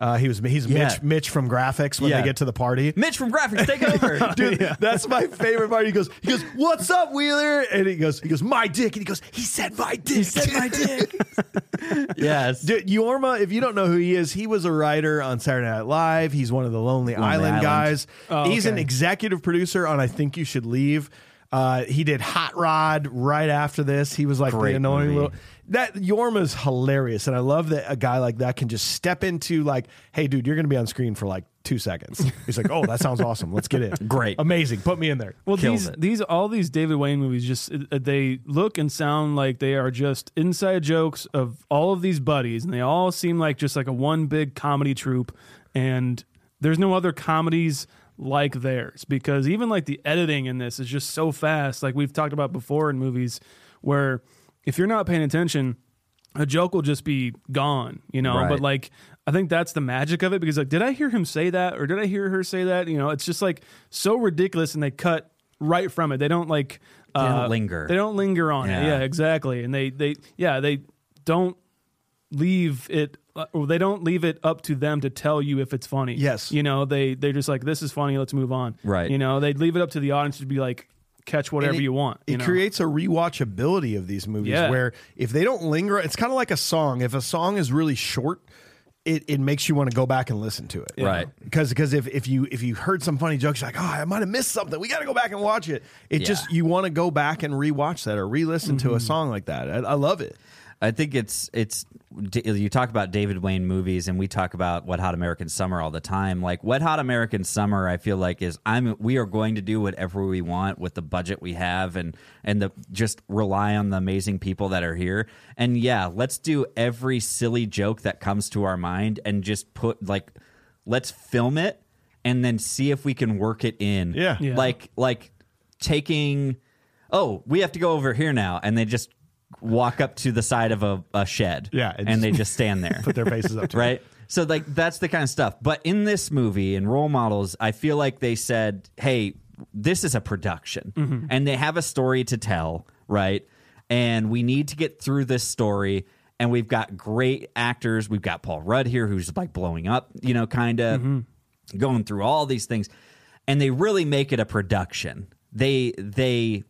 A: uh he was he's
C: Yeah.
A: mitch mitch from graphics when
C: Yeah.
A: they get to the *laughs* party
C: Mitch from Graphics, take
A: *laughs*
C: over.
A: Dude, that's my favorite part. He goes, he goes, what's up, Wheeler? And he goes, he goes, my dick. And he goes, he said my dick. He said my dick.
C: *laughs* yes.
A: Dude, Yorma, if you don't know who he is, he was a writer on Saturday Night Live. He's one of the Lonely, Island,
C: Island.
A: guys.
B: Oh,
A: He's an
B: okay.
A: executive producer on I Think You Should Leave. Uh, he did Hot Rod right after this. He was like
C: Great
A: the annoying
C: movie.
A: little that Yorma's hilarious, and I love that a guy like that can just step into like, hey, dude, you're going to be on screen for like two seconds. He's like, oh, that sounds awesome. Let's get it.
C: Great.
A: amazing. Put me in there.
B: Well,
C: Killed
B: these
C: it.
B: these all these David Wayne movies just uh, they look and sound like they are just inside jokes of all of these buddies, and they all seem like just like a one big comedy troupe. And there's no other comedies like theirs because even like the editing in this is just so fast. Like we've talked about before in movies, where if you're not paying attention, a joke will just be gone, you know.
C: Right.
B: But like, I think that's the magic of it because like, did I hear him say that or did I hear her say that? You know, it's just like so ridiculous, and they cut right from it. They don't like uh,
C: don't linger.
B: They don't linger on it.
C: Yeah.
B: Yeah, exactly. And they they yeah they don't leave it. Or they don't leave it up to them to tell you if it's funny.
A: Yes.
B: you know they they're just like this is funny. Let's move on.
C: Right.
B: You know they leave it up to the audience to be like catch whatever
A: And it-
B: you want.
A: It
B: you know?
A: creates a rewatchability of these movies
B: Yeah.
A: where if they don't linger, it's kind of like a song. If a song is really short, it, it makes you want to go back and listen to it.
C: Right.
A: Because if, if you if you heard some funny jokes, you're like, oh, I might have missed something. We gotta go back and watch it. It
C: Yeah.
A: just you want to go back and rewatch that or re-listen to a song like that. I, I love it.
C: I think it's it's d- you talk about David Wayne movies and we talk about Wet Hot American Summer all the time. Like Wet Hot American Summer, I feel like is I'm we are going to do whatever we want with the budget we have and and the just rely on the amazing people that are here. And yeah, let's do every silly joke that comes to our mind and just put like let's film it and then see if we can work it in.
A: Yeah.
B: Yeah.
C: Like like taking oh, we have to go over here now and they just walk up to the side of a, a shed.
A: Yeah, and
C: And, they just stand there.
A: *laughs* Put their faces up to
C: *laughs*
A: it.
C: right? So like that's the kind of stuff. But in this movie in role models, I feel like they said, Hey, this is a production and they have a story to tell, right? And we need to get through this story. And we've got great actors. We've got Paul Rudd here who's like blowing up, you know, kind of going through all these things and they really make it a production they they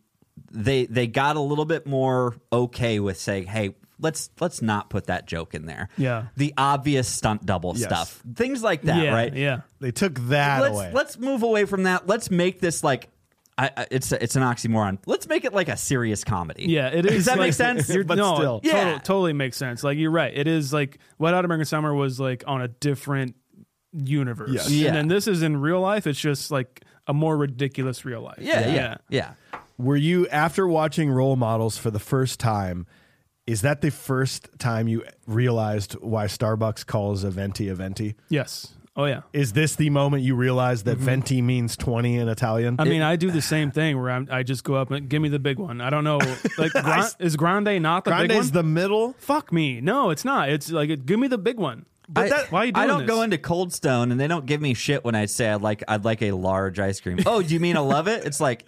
C: they they got a little bit more okay with saying hey let's let's not put that joke in there
B: Yeah.
C: the obvious stunt double
A: Yes.
C: stuff things like that
B: yeah,
C: right
B: Yeah.
A: They took that
C: let's
A: away.
C: let's move away from that let's make this like I, I- it's it's an oxymoron. Let's make it like a serious comedy.
B: Yeah, it is.
C: Does that
B: like-
C: make sense?
B: You're,
A: But
B: no,
A: still.
B: total-
C: Yeah.
B: totally makes sense. Like you're right. It is like Wet Hot American Summer was like on a different universe,
A: Yes.
C: Yeah.
B: and then this is in real life. It's just like a more ridiculous real life.
C: yeah, yeah, yeah,
A: Were you after watching Role Models for the first time? Is that the first time you realized why Starbucks calls a venti a venti?
B: Yes. Oh yeah.
A: Is this the moment you realize
C: Mm-hmm.
A: that venti means 20 in Italian?
B: I mean, I do the same thing where I'm, I just go up and give me the big one. I don't know,
C: *laughs*
B: like Gran- is Grande not the big one?
A: Grande's the middle.
B: Fuck me. No, it's not. It's like it, give me the big one. But that- why are you
C: I
B: doing
C: don't go
B: this?
C: into Cold Stone and they don't give me shit when I say I'd like I'd like a large ice cream. Oh, do you mean I love it? It's like,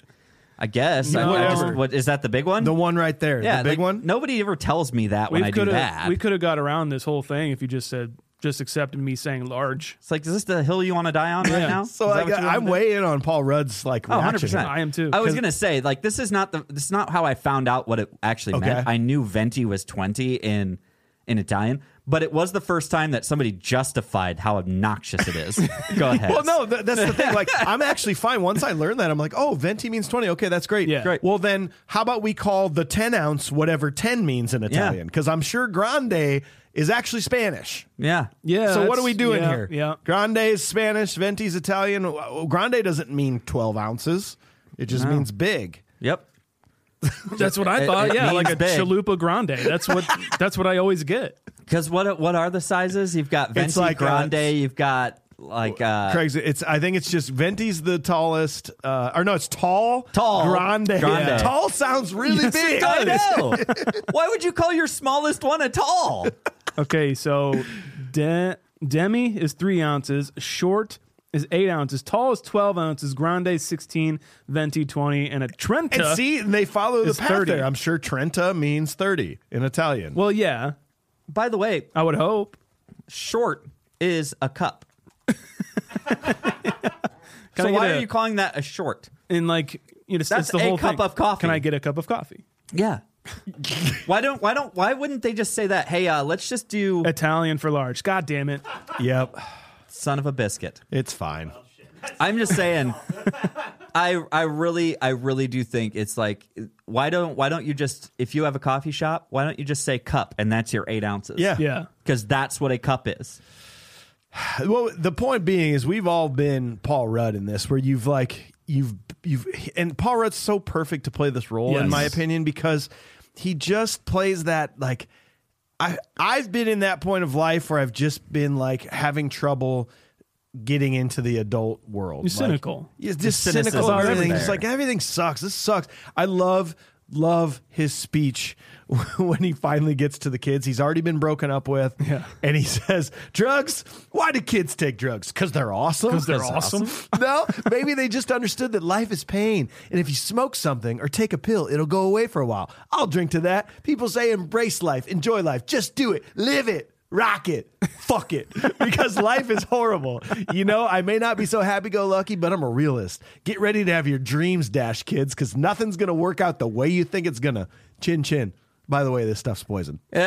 C: I guess. I- I
B: No.
C: just- what is that? The big one?
A: The one right there,
C: yeah,
A: the big
C: like,
A: one.
C: Nobody ever tells me that when I do
B: coulda-
C: that.
B: We could have got around this whole thing if you just said just accepted me saying large.
C: It's like, is this the hill you want to die on right now?
A: So
C: Is that
A: I
C: what you wanna
A: I'm
C: do?
A: way in on Paul Rudd's like
C: Oh,
A: reaction.
C: 100%.
B: I am too.
C: I was
B: 'Cause-
C: going to say, like, this is not the, this is not how I found out what it actually meant.
A: Okay.
C: I knew venti was 20 in, in Italian, but it was the first time that somebody justified how obnoxious
A: *laughs*
C: it is. Go ahead.
A: Well, no, th- that's the thing.
C: *laughs*
A: Like, I'm actually fine. Once I learned that, I'm like, oh, venti means 20. Okay, that's great.
B: Yeah. Great.
A: Well, then how about we call the 10 ounce whatever 10 means in Italian? Because I'm sure grande is actually Spanish.
C: Yeah.
B: Yeah.
A: so what
B: that's-
A: are we doing
B: yeah,
A: here?
B: Yeah.
A: Grande is Spanish, venti's Italian. Well, Grande doesn't mean 12 ounces, it just means big.
C: Yep.
B: *laughs* That's what I
C: It-
B: thought.
C: it
B: yeah, like
C: means
B: a
C: big.
B: chalupa grande. That's
C: *laughs*
B: what that's what I always get.
C: Because what what are the sizes? You've got venti,
A: like, uh,
C: grande.
A: it's-
C: you've got like uh,
A: Craig's, it's. I think it's just Venti's the tallest, uh, or no, it's tall,
C: Tall.
A: grande.
C: Grande.
A: Tall sounds really big.
C: I
A: *laughs*
C: know. Why would you call your smallest one a tall?
B: Okay, so de- demi is three ounces, short is eight ounces, tall is twelve ounces, grande is sixteen, venti twenty, and a trenta.
A: And see, and they follow the
B: It's
A: path
B: 30.
A: there. I'm sure Trenta means 30 in Italian.
B: well, yeah,
C: By the way,
B: I would hope.
C: short is a cup.
B: Can
C: so
B: I get
C: why
B: a-
C: are you calling that a short?
B: And like, you know, it's,
C: That's
B: it's the
C: a
B: whole
C: cup
B: thing.
C: of coffee.
B: Can I get a cup of coffee?
C: *laughs* Yeah. why don't why don't why wouldn't they just say that? Hey, uh, let's just do
B: Italian for large. God damn it!
A: yep.
C: son of a biscuit.
A: It's fine.
C: I'm just *laughs* saying. I I really I really do think it's like why don't why don't you just if you have a coffee shop why don't you just say cup and that's your eight ounces
A: Yeah.
C: *laughs*
B: Yeah.
C: because that's what a cup is
A: Well, the point being is we've all been Paul Rudd in this where you've like you've you've and Paul Rudd's so perfect to play this role in
B: Yes.
A: my opinion because he just plays that like I I've been in that point of life where I've just been like having trouble getting into the adult world.
B: You're
A: Like,
B: cynical.
A: It's just
C: The
A: cynical
C: cynicism
A: about
C: is
A: everything.
C: there.
A: Just like everything sucks. This sucks. I love love his speech *laughs* when he finally gets to the kids. He's already been broken up with,
B: Yeah.
A: and he says, "Drugs? Why do kids take drugs? Because they're awesome.
B: 'Cause they're awesome."
A: *laughs* no, maybe they just understood that life is pain, and if you smoke something or take a pill, it'll go away for a while. I'll drink to that. People say embrace life, enjoy life, just do it, live it." Rock it, fuck it, *laughs* because life is horrible. You know, I may not be so happy go lucky, but I'm a realist. Get ready to have your dreams dashed, kids, because nothing's going to work out the way you think it's going to. Chin chin. By the way, this stuff's poison.
B: Ju-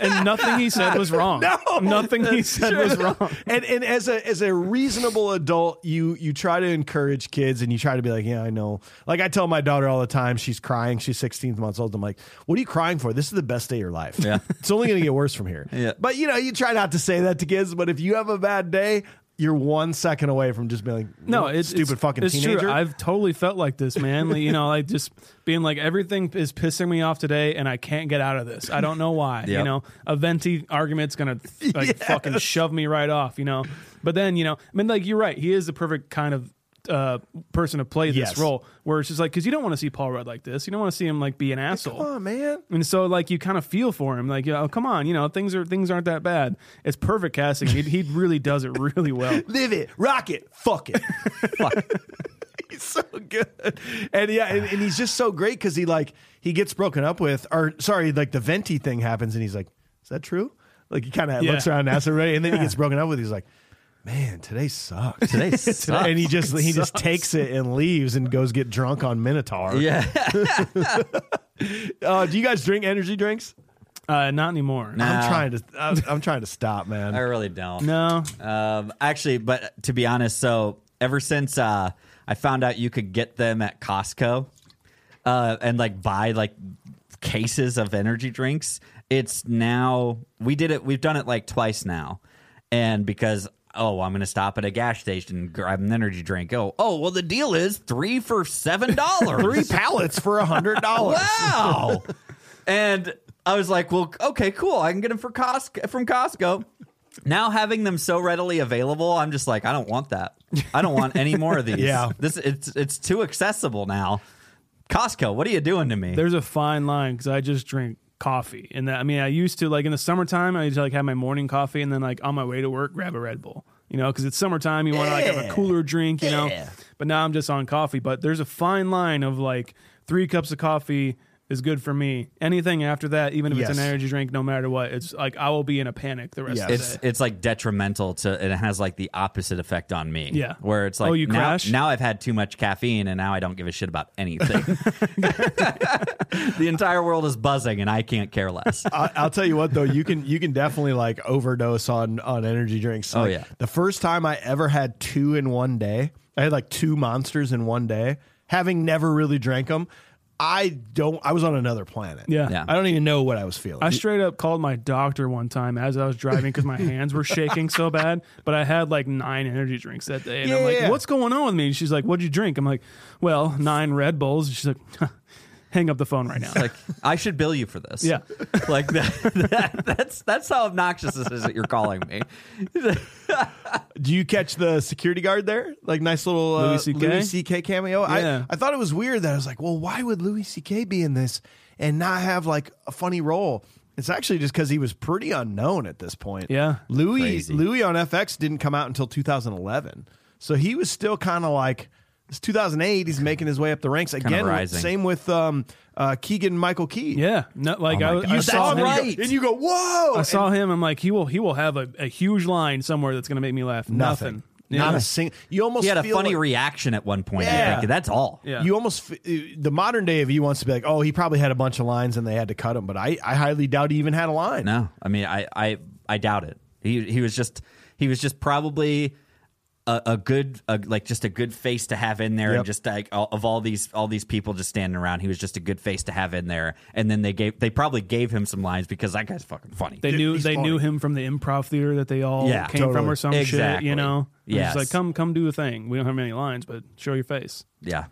B: and nothing he said
C: *laughs*
B: was wrong.
A: No.
B: nothing he
A: *laughs*
B: said was wrong.
A: and and as a as a reasonable adult, you you try to encourage kids and you try to be like, yeah, I know. Like I tell my daughter all the time, she's crying. She's 16 months old. I'm like, what are you crying for? This is the best day of your life.
C: Yeah.
A: *laughs* it's only going to get worse from here.
C: Yeah.
A: But you know, you try not to say that to kids. But if you have a bad day, you're one second away from just being like,
B: No,
A: "You
B: it's
A: stupid
B: it's-
A: fucking
B: it's
A: teenager.
B: True. I've totally felt like this, man. Like, you know, like just being like everything is pissing me off today, and I can't get out of this. I don't know why. You
C: Yep.
B: know, a venti argument's
A: *laughs*
B: gonna like fucking shove me right off. You know, but then you know, I mean, like you're right. He is the perfect kind of. Uh, person to play this
A: Yes.
B: role where it's just like because you don't want to see Paul Rudd like this, you don't want to see him like be an asshole.
A: oh man.
B: And so like you kind of feel for him, like you know, oh come on, you know things are things aren't that bad. It's perfect casting. he, he really does it
A: *laughs*
B: really well.
A: Live it, rock it, fuck
C: *laughs*
A: it. *laughs* he's so good, and yeah, and, and he's just so great because he like he gets broken up with, or sorry, like the venti thing happens, and he's like, "Is that true?" Like he kind of
B: Yeah.
A: looks around, and asks everybody, and then
C: *laughs*
A: he gets broken up with. He's like, "Man, today sucks."
C: *laughs* today sucks.
A: *laughs* And he just he just takes it and leaves and goes get drunk on Minotaur.
C: *laughs* yeah
A: Uh, do you guys drink energy drinks?
B: Uh, not anymore.
C: Nah.
A: I'm trying to I'm, I'm trying to stop, man.
C: I really don't
B: No,
C: Um, actually, but to be honest, so ever since uh, I found out you could get them at Costco uh, and like buy like cases of energy drinks, it's now we did it. We've done it like twice now, and because. Oh, I'm gonna stop at a gas station and grab an energy drink. Oh, oh, well, the deal is three for seven dollars.
A: Three
C: *laughs*
A: pallets for a hundred dollars.
B: *laughs*
C: Wow. and I was like, well, okay, cool. I can get them for Costco from Costco. Now having them so readily available, I'm just like, I don't want that. I don't want any more
B: *laughs*
C: of these.
A: Yeah.
C: This it's it's too accessible now. Costco, what are you doing to me?
B: there's a fine line because I just drink coffee. And that, I mean, I used to like in the summertime, I used to like have my morning coffee and then like on my way to work, grab a Red Bull, you know, because it's summertime. You want to like have a cooler drink, you know, but now I'm just on coffee. But there's a fine line of like three cups of coffee is good for me. Anything after that, even if it's
A: Yes.
B: an energy drink, no matter what, it's like I will be in a panic the rest
A: Yes.
B: of the day.
C: it's it's like detrimental to and it has like the opposite effect on me.
B: Yeah.
C: Where it's like
B: Oh, you
C: now,
B: crash?
C: now I've had too much caffeine and now I don't give a shit about
B: *laughs*
C: anything. *laughs* the entire world is buzzing and I can't care
B: *laughs*
C: less.
A: I, I'll tell you what though, you can you can definitely like overdose on on energy drinks.
C: Oh,
A: Like,
C: yeah.
A: the first time I ever had two in one day, I had like two monsters in one day, having never really drank them. I don't. I was on another planet.
B: Yeah.
C: Yeah.
A: I don't even know what I was feeling.
B: I straight up called my doctor one time as I was driving because
C: *laughs*
B: my hands were shaking so bad. But I had like nine energy drinks that day, and I'm
A: Yeah,
B: like,
A: yeah, yeah.
B: "What's going on with me?" And she's like, "What'd you drink?" I'm like, "Well, nine Red Bulls." And she's like, *laughs* "Hang up the phone right now."
C: Like I should bill you for this.
B: Yeah.
C: *laughs* Like that, that that's that's how obnoxious this is that you're calling me.
A: Do you catch the security guard there? Like nice little uh,
B: Louis CK?
A: Louis C.K. cameo.
B: Yeah.
A: I I thought it was weird that I was like, well, why would Louis C.K. be in this and not have like a funny role? It's actually just because he was pretty unknown at this point.
B: Yeah.
A: Louis
C: Crazy.
A: Louis on FX didn't come out until 2011, so he was still kind of like. It's 2008. He's making his way up the ranks again. with-
C: rising.
A: Same with um, uh, Keegan Michael Key.
B: yeah, no, like
C: Oh my
B: I,
C: God.
B: I
C: You
B: saw
C: saw
B: him.
C: right.
A: and you go, whoa!
B: I saw him. I'm like, he will, he will have a, a huge line somewhere that's going to make me laugh. Nothing.
A: nothing.
B: Yeah.
A: Not a single. You almost
C: He had a
A: feel
C: funny
A: like-
C: reaction at one point.
A: Yeah.
C: Yeah. that's all.
B: Yeah.
A: You almost f- uh, the modern day of you wants to be like, oh, he probably had a bunch of lines and they had to cut him, but I, I highly doubt he even had a line.
C: No, I mean, I, I, I doubt it. He, he was just, he was just probably a, a good, a, like just a good face to have in there,
A: Yep.
C: and just like all, of all these, all these people just standing around, he was just a good face to have in there. And then they gave, they probably gave him some lines because that guy's fucking funny.
B: They knew
A: he's
B: they
A: funny.
B: knew him from the improv theater that they all
C: Yeah,
B: came from
A: totally.
B: or some shit.
C: Exactly.
B: You know, It's
C: Yes.
B: like come come do a thing. We don't have many lines, but show your face.
C: yeah,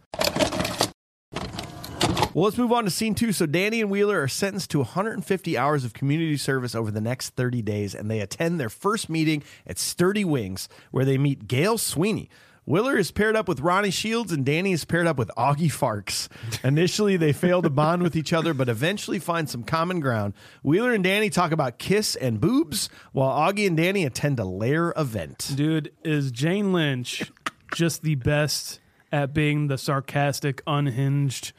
A: Well, let's move on to scene two. So Danny and Wheeler are sentenced to 150 hours of community service over the next 30 days, and they attend their first meeting at Sturdy Wings, where they meet Gail Sweeney. Wheeler is paired up with Ronnie Shields, and Danny is paired up with Augie Farks. Initially, they fail to bond with each other, but eventually find some common ground. Wheeler and Danny talk about kiss and boobs, while Augie and Danny attend a lair event.
B: Dude, is Jane Lynch just the best at being the sarcastic, unhinged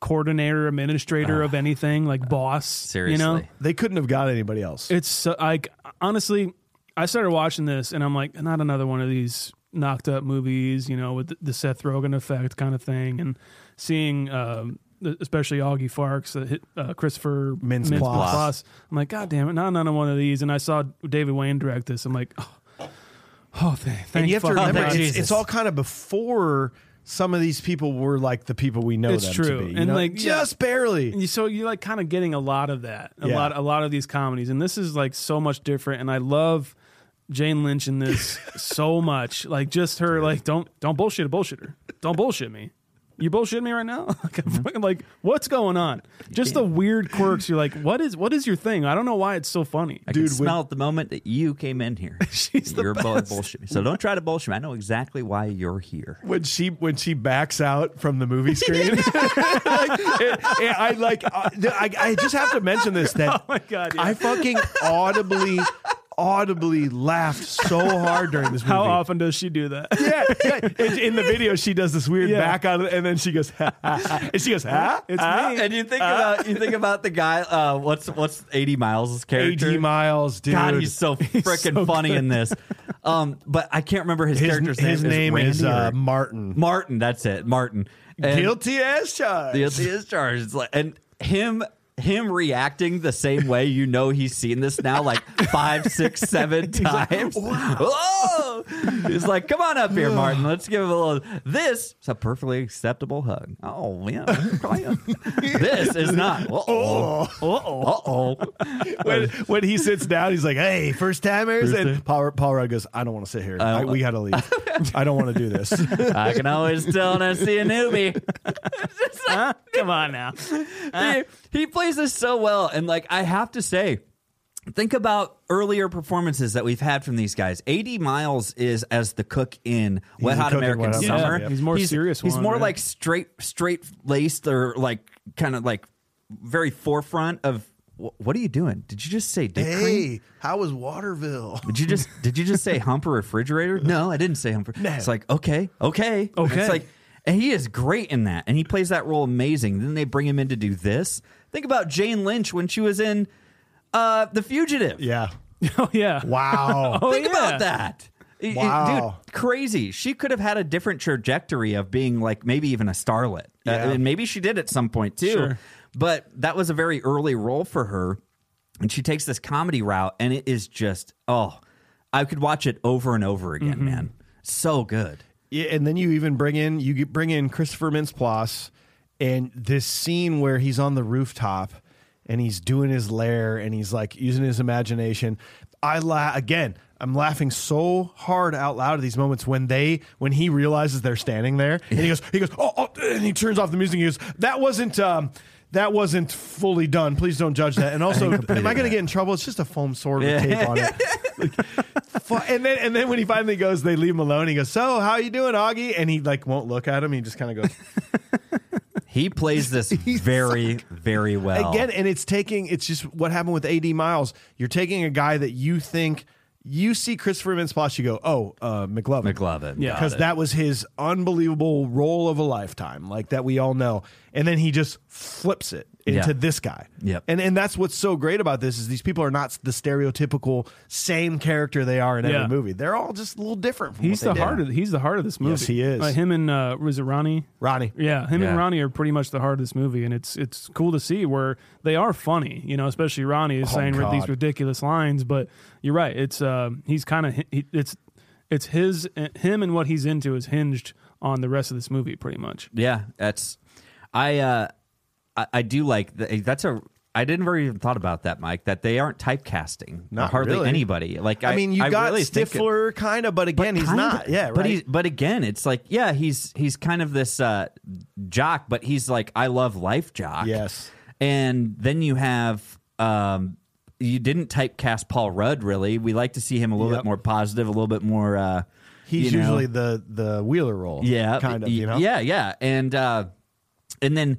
B: coordinator, administrator of anything, like boss?
C: seriously.
B: You know?
A: They couldn't have got anybody else.
B: It's so, like, honestly, I started watching this and I'm like, not another one of these knocked up movies, you know, with the Seth Rogen effect kind of thing. And seeing, um, especially Augie Farks, uh, hit- uh, Christopher
A: Mintz
B: Mintz
A: Plasse.
B: Plasse. I'm like, God damn it, not another one of these. And I saw David Wayne direct this. I'm like, oh, oh thank, thank
A: and you have to
B: fucking
A: remember,
B: God.
C: thank
A: it's,
C: Jesus.
A: it's all kind of before some of these people were like the people we know
B: It's
A: them
B: true.
A: to be. you
B: And,
A: know?
B: like, yeah.
A: just barely.
B: And so you're like kind of getting a lot of that, a
A: Yeah.
B: lot, a lot of these comedies, and this is like so much different. And I love Jane Lynch
A: *laughs*
B: in this so much, like just her, like don't don't bullshit a bullshitter, don't bullshit me. You bullshit me right now? *laughs* Like,
A: Mm-hmm.
B: I'm fucking like, what's going on? Just the weird quirks. You're like, what is what is your thing? I don't know why it's so funny.
C: I
A: Dude,
C: can
A: when-
C: smell at the moment that you came in
A: *laughs*
C: here.
B: She's the
C: you're bu- bullshit. me. So don't try to bullshit me. I know exactly why you're here.
A: When she when she backs out from the
B: *laughs*
A: movie screen, *laughs* like, it- it- I like I, I I just have to mention this
B: *laughs*
A: that
B: Oh my God, yeah.
A: I fucking audibly audibly laughed so hard during this movie.
B: *laughs* How often does she do *laughs* that?
A: Yeah, yeah. *laughs* In, in the video, she does this weird
B: Yeah.
A: back out, of- and then she goes, *laughs* ha, ha, ha. and she goes, huh?
B: It's me. *laughs*
C: And you think
A: Uh,
C: about you think
A: *laughs*
C: about the guy. Uh, what's what's eighty miles' character?
A: 80 miles, dude.
C: God,
A: *laughs*
C: he's so freaking
B: so
C: funny in this. Um, but I can't remember his, character's name.
A: his name is
C: Randy
A: uh,
C: or-
A: Martin.
C: Martin. That's it, Martin. And
A: Guilty as charged.
C: Guilty as charged. It's like, and him him reacting the same way. You know he's seen this now like five, six, seven times. Oh, he's like, come on up here, Martin. Let's give him a little. This is a perfectly acceptable hug. Oh yeah, this is not. Uh oh. Uh oh.
A: *laughs* when, when he sits down, he's like, "Hey, first timers," and Paul, Paul Rudd goes, "I don't want to sit here. I, we got *laughs* to leave. I don't want to do *laughs* this."
C: I can always tell when I see a newbie.
B: Come on now. *laughs*
C: *laughs* he, he plays this so well, and like I have to say, think about earlier performances that we've had from these guys. Eighty Miles is as the cook in Wet
A: the
C: Hot
A: cook in
C: American
A: Wet Hot
C: Summer.
A: American, yeah.
B: He's more serious
C: He's
B: one,
C: more
B: right?
C: like straight, straight laced or like kind of like very forefront of "Wh- what are you doing? Did you just say dick cream?
A: Hey, how was Waterville?
C: Did you just did you just say humper refrigerator? No, I didn't say humper. It's like okay, okay,
B: Okay.
C: It's like and he is great in that, and he plays that role amazing. Then they bring him in to do this. Think about Jane Lynch when she was in uh, The Fugitive.
A: Yeah.
B: Oh yeah.
A: *laughs* Wow.
B: Oh,
C: Think
B: yeah.
C: about that. I- I-
A: Wow.
C: Dude, crazy. She could have had a different trajectory of being like maybe even a starlet. Uh,
A: Yeah.
C: and maybe she did at some point too.
B: Sure.
C: But that was a very early role for her. And she takes this comedy route and it is just, oh, I could watch it over and over again, man. So good.
A: Yeah, and then you even bring in you get- bring in Christopher Mintz-Plasse, and this scene where he's on the rooftop and he's doing his lair and he's like using his imagination. I la- again. I'm laughing so hard out loud at these moments when they when he realizes they're standing there and he goes he goes oh, oh," and he turns off the music. And he goes that wasn't um, that wasn't fully done. Please don't judge that. And also, am I going to get in trouble? It's just a foam sword with tape on it. Fu- and then and then when he finally goes, they leave him alone. He goes, "So how you doing, Augie?" And he like won't look at him. He just kind of goes
C: He
A: *laughs*
C: plays this very, very well.
A: again. And it's taking it's just what happened with Ad Miles. You're taking a guy that you think you see Christopher Mintz-Plasse, you go, "Oh, uh, McLovin."
C: McLovin.
B: Yeah.
A: Because
C: Got it.
A: that was his unbelievable role of a lifetime, like that we all know. And then he just flips it into
C: Yeah.
A: this guy.
C: Yep.
A: And and that's what's so great about this is these people are not the stereotypical same character they are in
B: Yeah.
A: every movie. They're all just a little different from
B: He's
A: what
B: the
A: they
B: heart
A: did.
B: of he's the heart of this movie.
A: Yes, he is.
B: Like him and uh, was it Ronnie?
A: Ronnie.
B: Yeah, him
C: Yeah.
B: and Ronnie are pretty much the heart of this movie, and it's it's cool to see where they are funny. You know, especially Ronnie is saying ri- these
A: Oh, God.
B: ridiculous lines. But you're right; it's uh, he's kind of he, it's it's his him and what he's into is hinged on the rest of this movie, pretty much. *laughs*
C: Yeah, that's I uh I, I do like the, that's a I didn't very even thought about that, Mike. That they aren't typecasting
A: Not
C: hardly
A: really.
C: anybody. Like I,
A: I, mean, you
C: I
A: got
C: really think it-
A: Stifler, kind of, but again, he's
C: kinda,
A: not. Yeah, right.
C: but he's but again, it's like yeah, he's he's kind of this uh jock, but he's like I love life jock.
A: Yes.
C: and then you have um you didn't typecast Paul Rudd really. We like to see him a little
A: Yep.
C: bit more positive, a little bit more. uh
A: he's
C: you know,
A: usually the the wheeler role.
C: yeah
A: kind of.
C: y-
A: You know.
C: yeah yeah and uh and then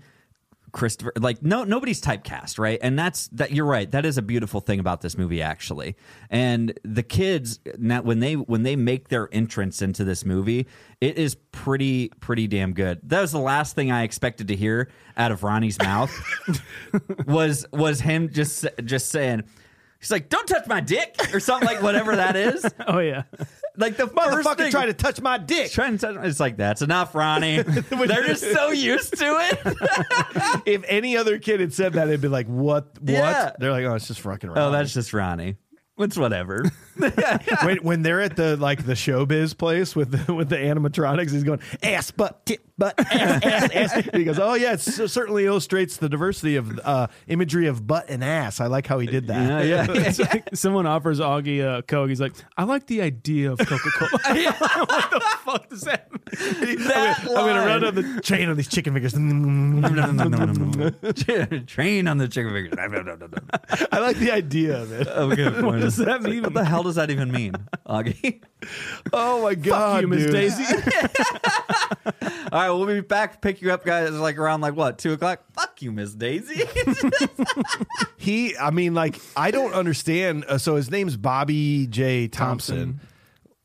C: christopher like no nobody's typecast right and that's that you're right that is a beautiful thing about this movie actually and the kids now when they when they make their entrance into this movie it is pretty pretty damn good that was the last thing i expected to hear out of
A: *laughs*
C: ronnie's mouth was was him just just saying he's like don't touch my dick or something like whatever that is
B: Oh yeah,
C: like the first
A: Motherfucker
C: thing
A: try to touch my dick.
C: trying to it's like that's enough *laughs* ronnie they're just so used to it
A: *laughs*
C: *laughs*
A: If any other kid had said that, it'd be like, "What? What?"
C: Yeah.
A: They're like, "Oh, it's just fucking."
C: oh
A: Around.
C: that's just ronnie it's whatever
A: *laughs*
C: *laughs*
A: when, when they're at the like the showbiz place with the, with the animatronics. He's going ass butt tit butt ass ass ass.
C: *laughs*
A: And he goes, "Oh yeah, it c- certainly illustrates the diversity of uh, imagery of butt and ass." I like how he did that.
C: yeah
A: *laughs*
C: yeah
B: *laughs* It's like someone offers Augie a coke. He's like, I like the idea of Coca Cola. what the fuck does that? Mean?
C: That
A: I'm gonna run
C: line.
A: up the chain on these chicken fingers. *laughs*
C: train on the chicken fingers *laughs*
A: *laughs* I like the idea of it.
C: oh, good what does
B: that mean?
C: what the hell does that even mean augie
A: *laughs* *laughs* Oh my god,
B: *laughs* you, Miss
A: dude.
B: Daisy.
C: all right we'll be back pick you up guys like around like what two o'clock fuck you miss daisy *laughs*
A: He, I mean, like I don't understand. Uh, so his name's Bobby J. Thompson.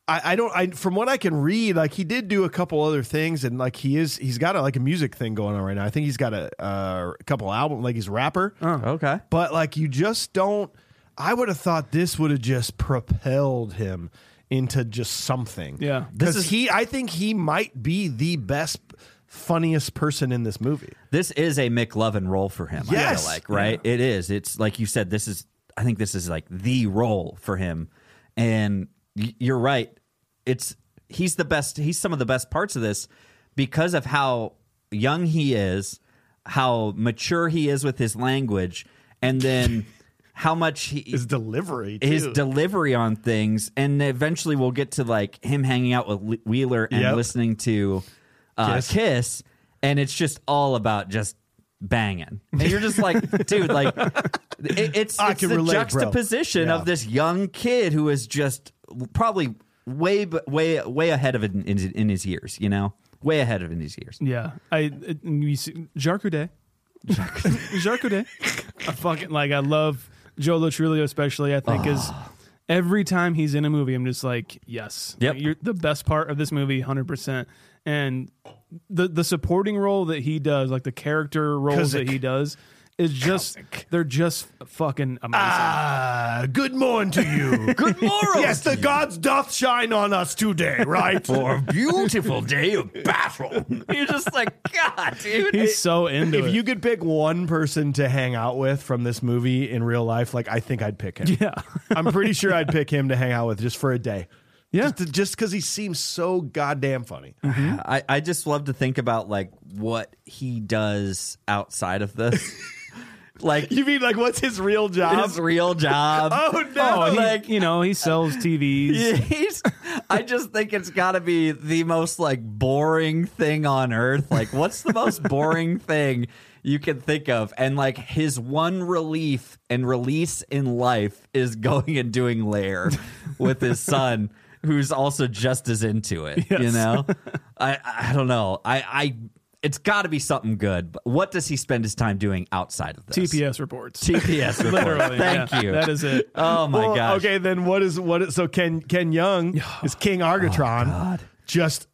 A: I, I don't. I from what I can read, like he did do a couple other things, and like he is, he's got a, like a music thing going on right now. I think he's got a, uh, a couple album, like he's a rapper.
C: okay
A: But like you just don't. I would have thought this would have just propelled him into just something.
B: Yeah.
A: this
C: This
A: is
C: is-
A: he. I think he might be the best, funniest person in this movie.
C: this is a McLovin role for him. I
A: Yes.
C: feel like right, it is. It's like you said. This is. I think this is like the role for him, and y- you're right. It's he's the best. He's some of the best parts of this because of how young he is, how mature he is with his language,
A: *laughs*
C: and then how much he
A: His delivery,
C: his
A: too.
C: delivery on things, and eventually we'll get to like him hanging out with Le- Wheeler and
A: Yep.
C: listening to uh,
A: Kiss.
C: Kiss. and it's just all about just banging, and you're
A: *laughs*
C: just like, dude, like it, it's
A: I
C: it's
A: can
C: the
A: relate, bro.
C: juxtaposition
A: Yeah.
C: of this young kid who is just probably way b- way way ahead of it in, in, in his years, you know, way ahead of in his years.
B: Yeah, I it, you see, Jacques Coudet Charcuterie. I fucking like. I love Joe Lotrillo, especially. I think is every time he's in a movie, I'm just like, yes,
C: Yep.
B: Like, you're the best part of this movie, hundred percent. And the the supporting role that he does, like the character roles
A: Kuzik.
B: that he does, is just they're just fucking amazing.
A: Ah, good morn to
B: *laughs*
A: you.
C: Good morals.
A: yes, the gods doth shine on us today,
B: *laughs*
A: right?
C: a beautiful day of battle. *laughs* You're just like, God, dude.
B: he's so into
A: if
B: it.
A: you could pick one person to hang out with from this movie in real life, like I think I'd pick him. *laughs*
B: yeah,
A: I'm pretty sure I'd pick him to hang out with just for a day.
B: Yeah.
A: Just to- Just because he seems so goddamn funny.
C: I, I just love to think about like what he does outside
A: *laughs*
C: of this. like
A: You mean like what's his real job?
C: his real job.
A: oh no.
B: oh, he,
C: like-
B: you know, he sells
C: *laughs*
B: TVs.
C: He's- I just think it's got to be the most like boring thing on earth. Like, what's the most
B: *laughs*
C: boring thing you can think of? And like his one relief and release in life is going and doing lair
B: *laughs*
C: with his son, who's also just as into it. You
B: Yes. *laughs*
C: know, I I don't know. I I it's got to be something good. But what does he spend his time doing outside of this?
B: TPS reports. *laughs*
C: TPS report.
B: Literally,
C: Thank
B: yeah.
C: you.
B: That is it.
C: Oh my
A: Well,
C: gosh.
A: Okay, then what is what? Is, so Ken Ken Young is King
C: Oh,
A: Argatron. Just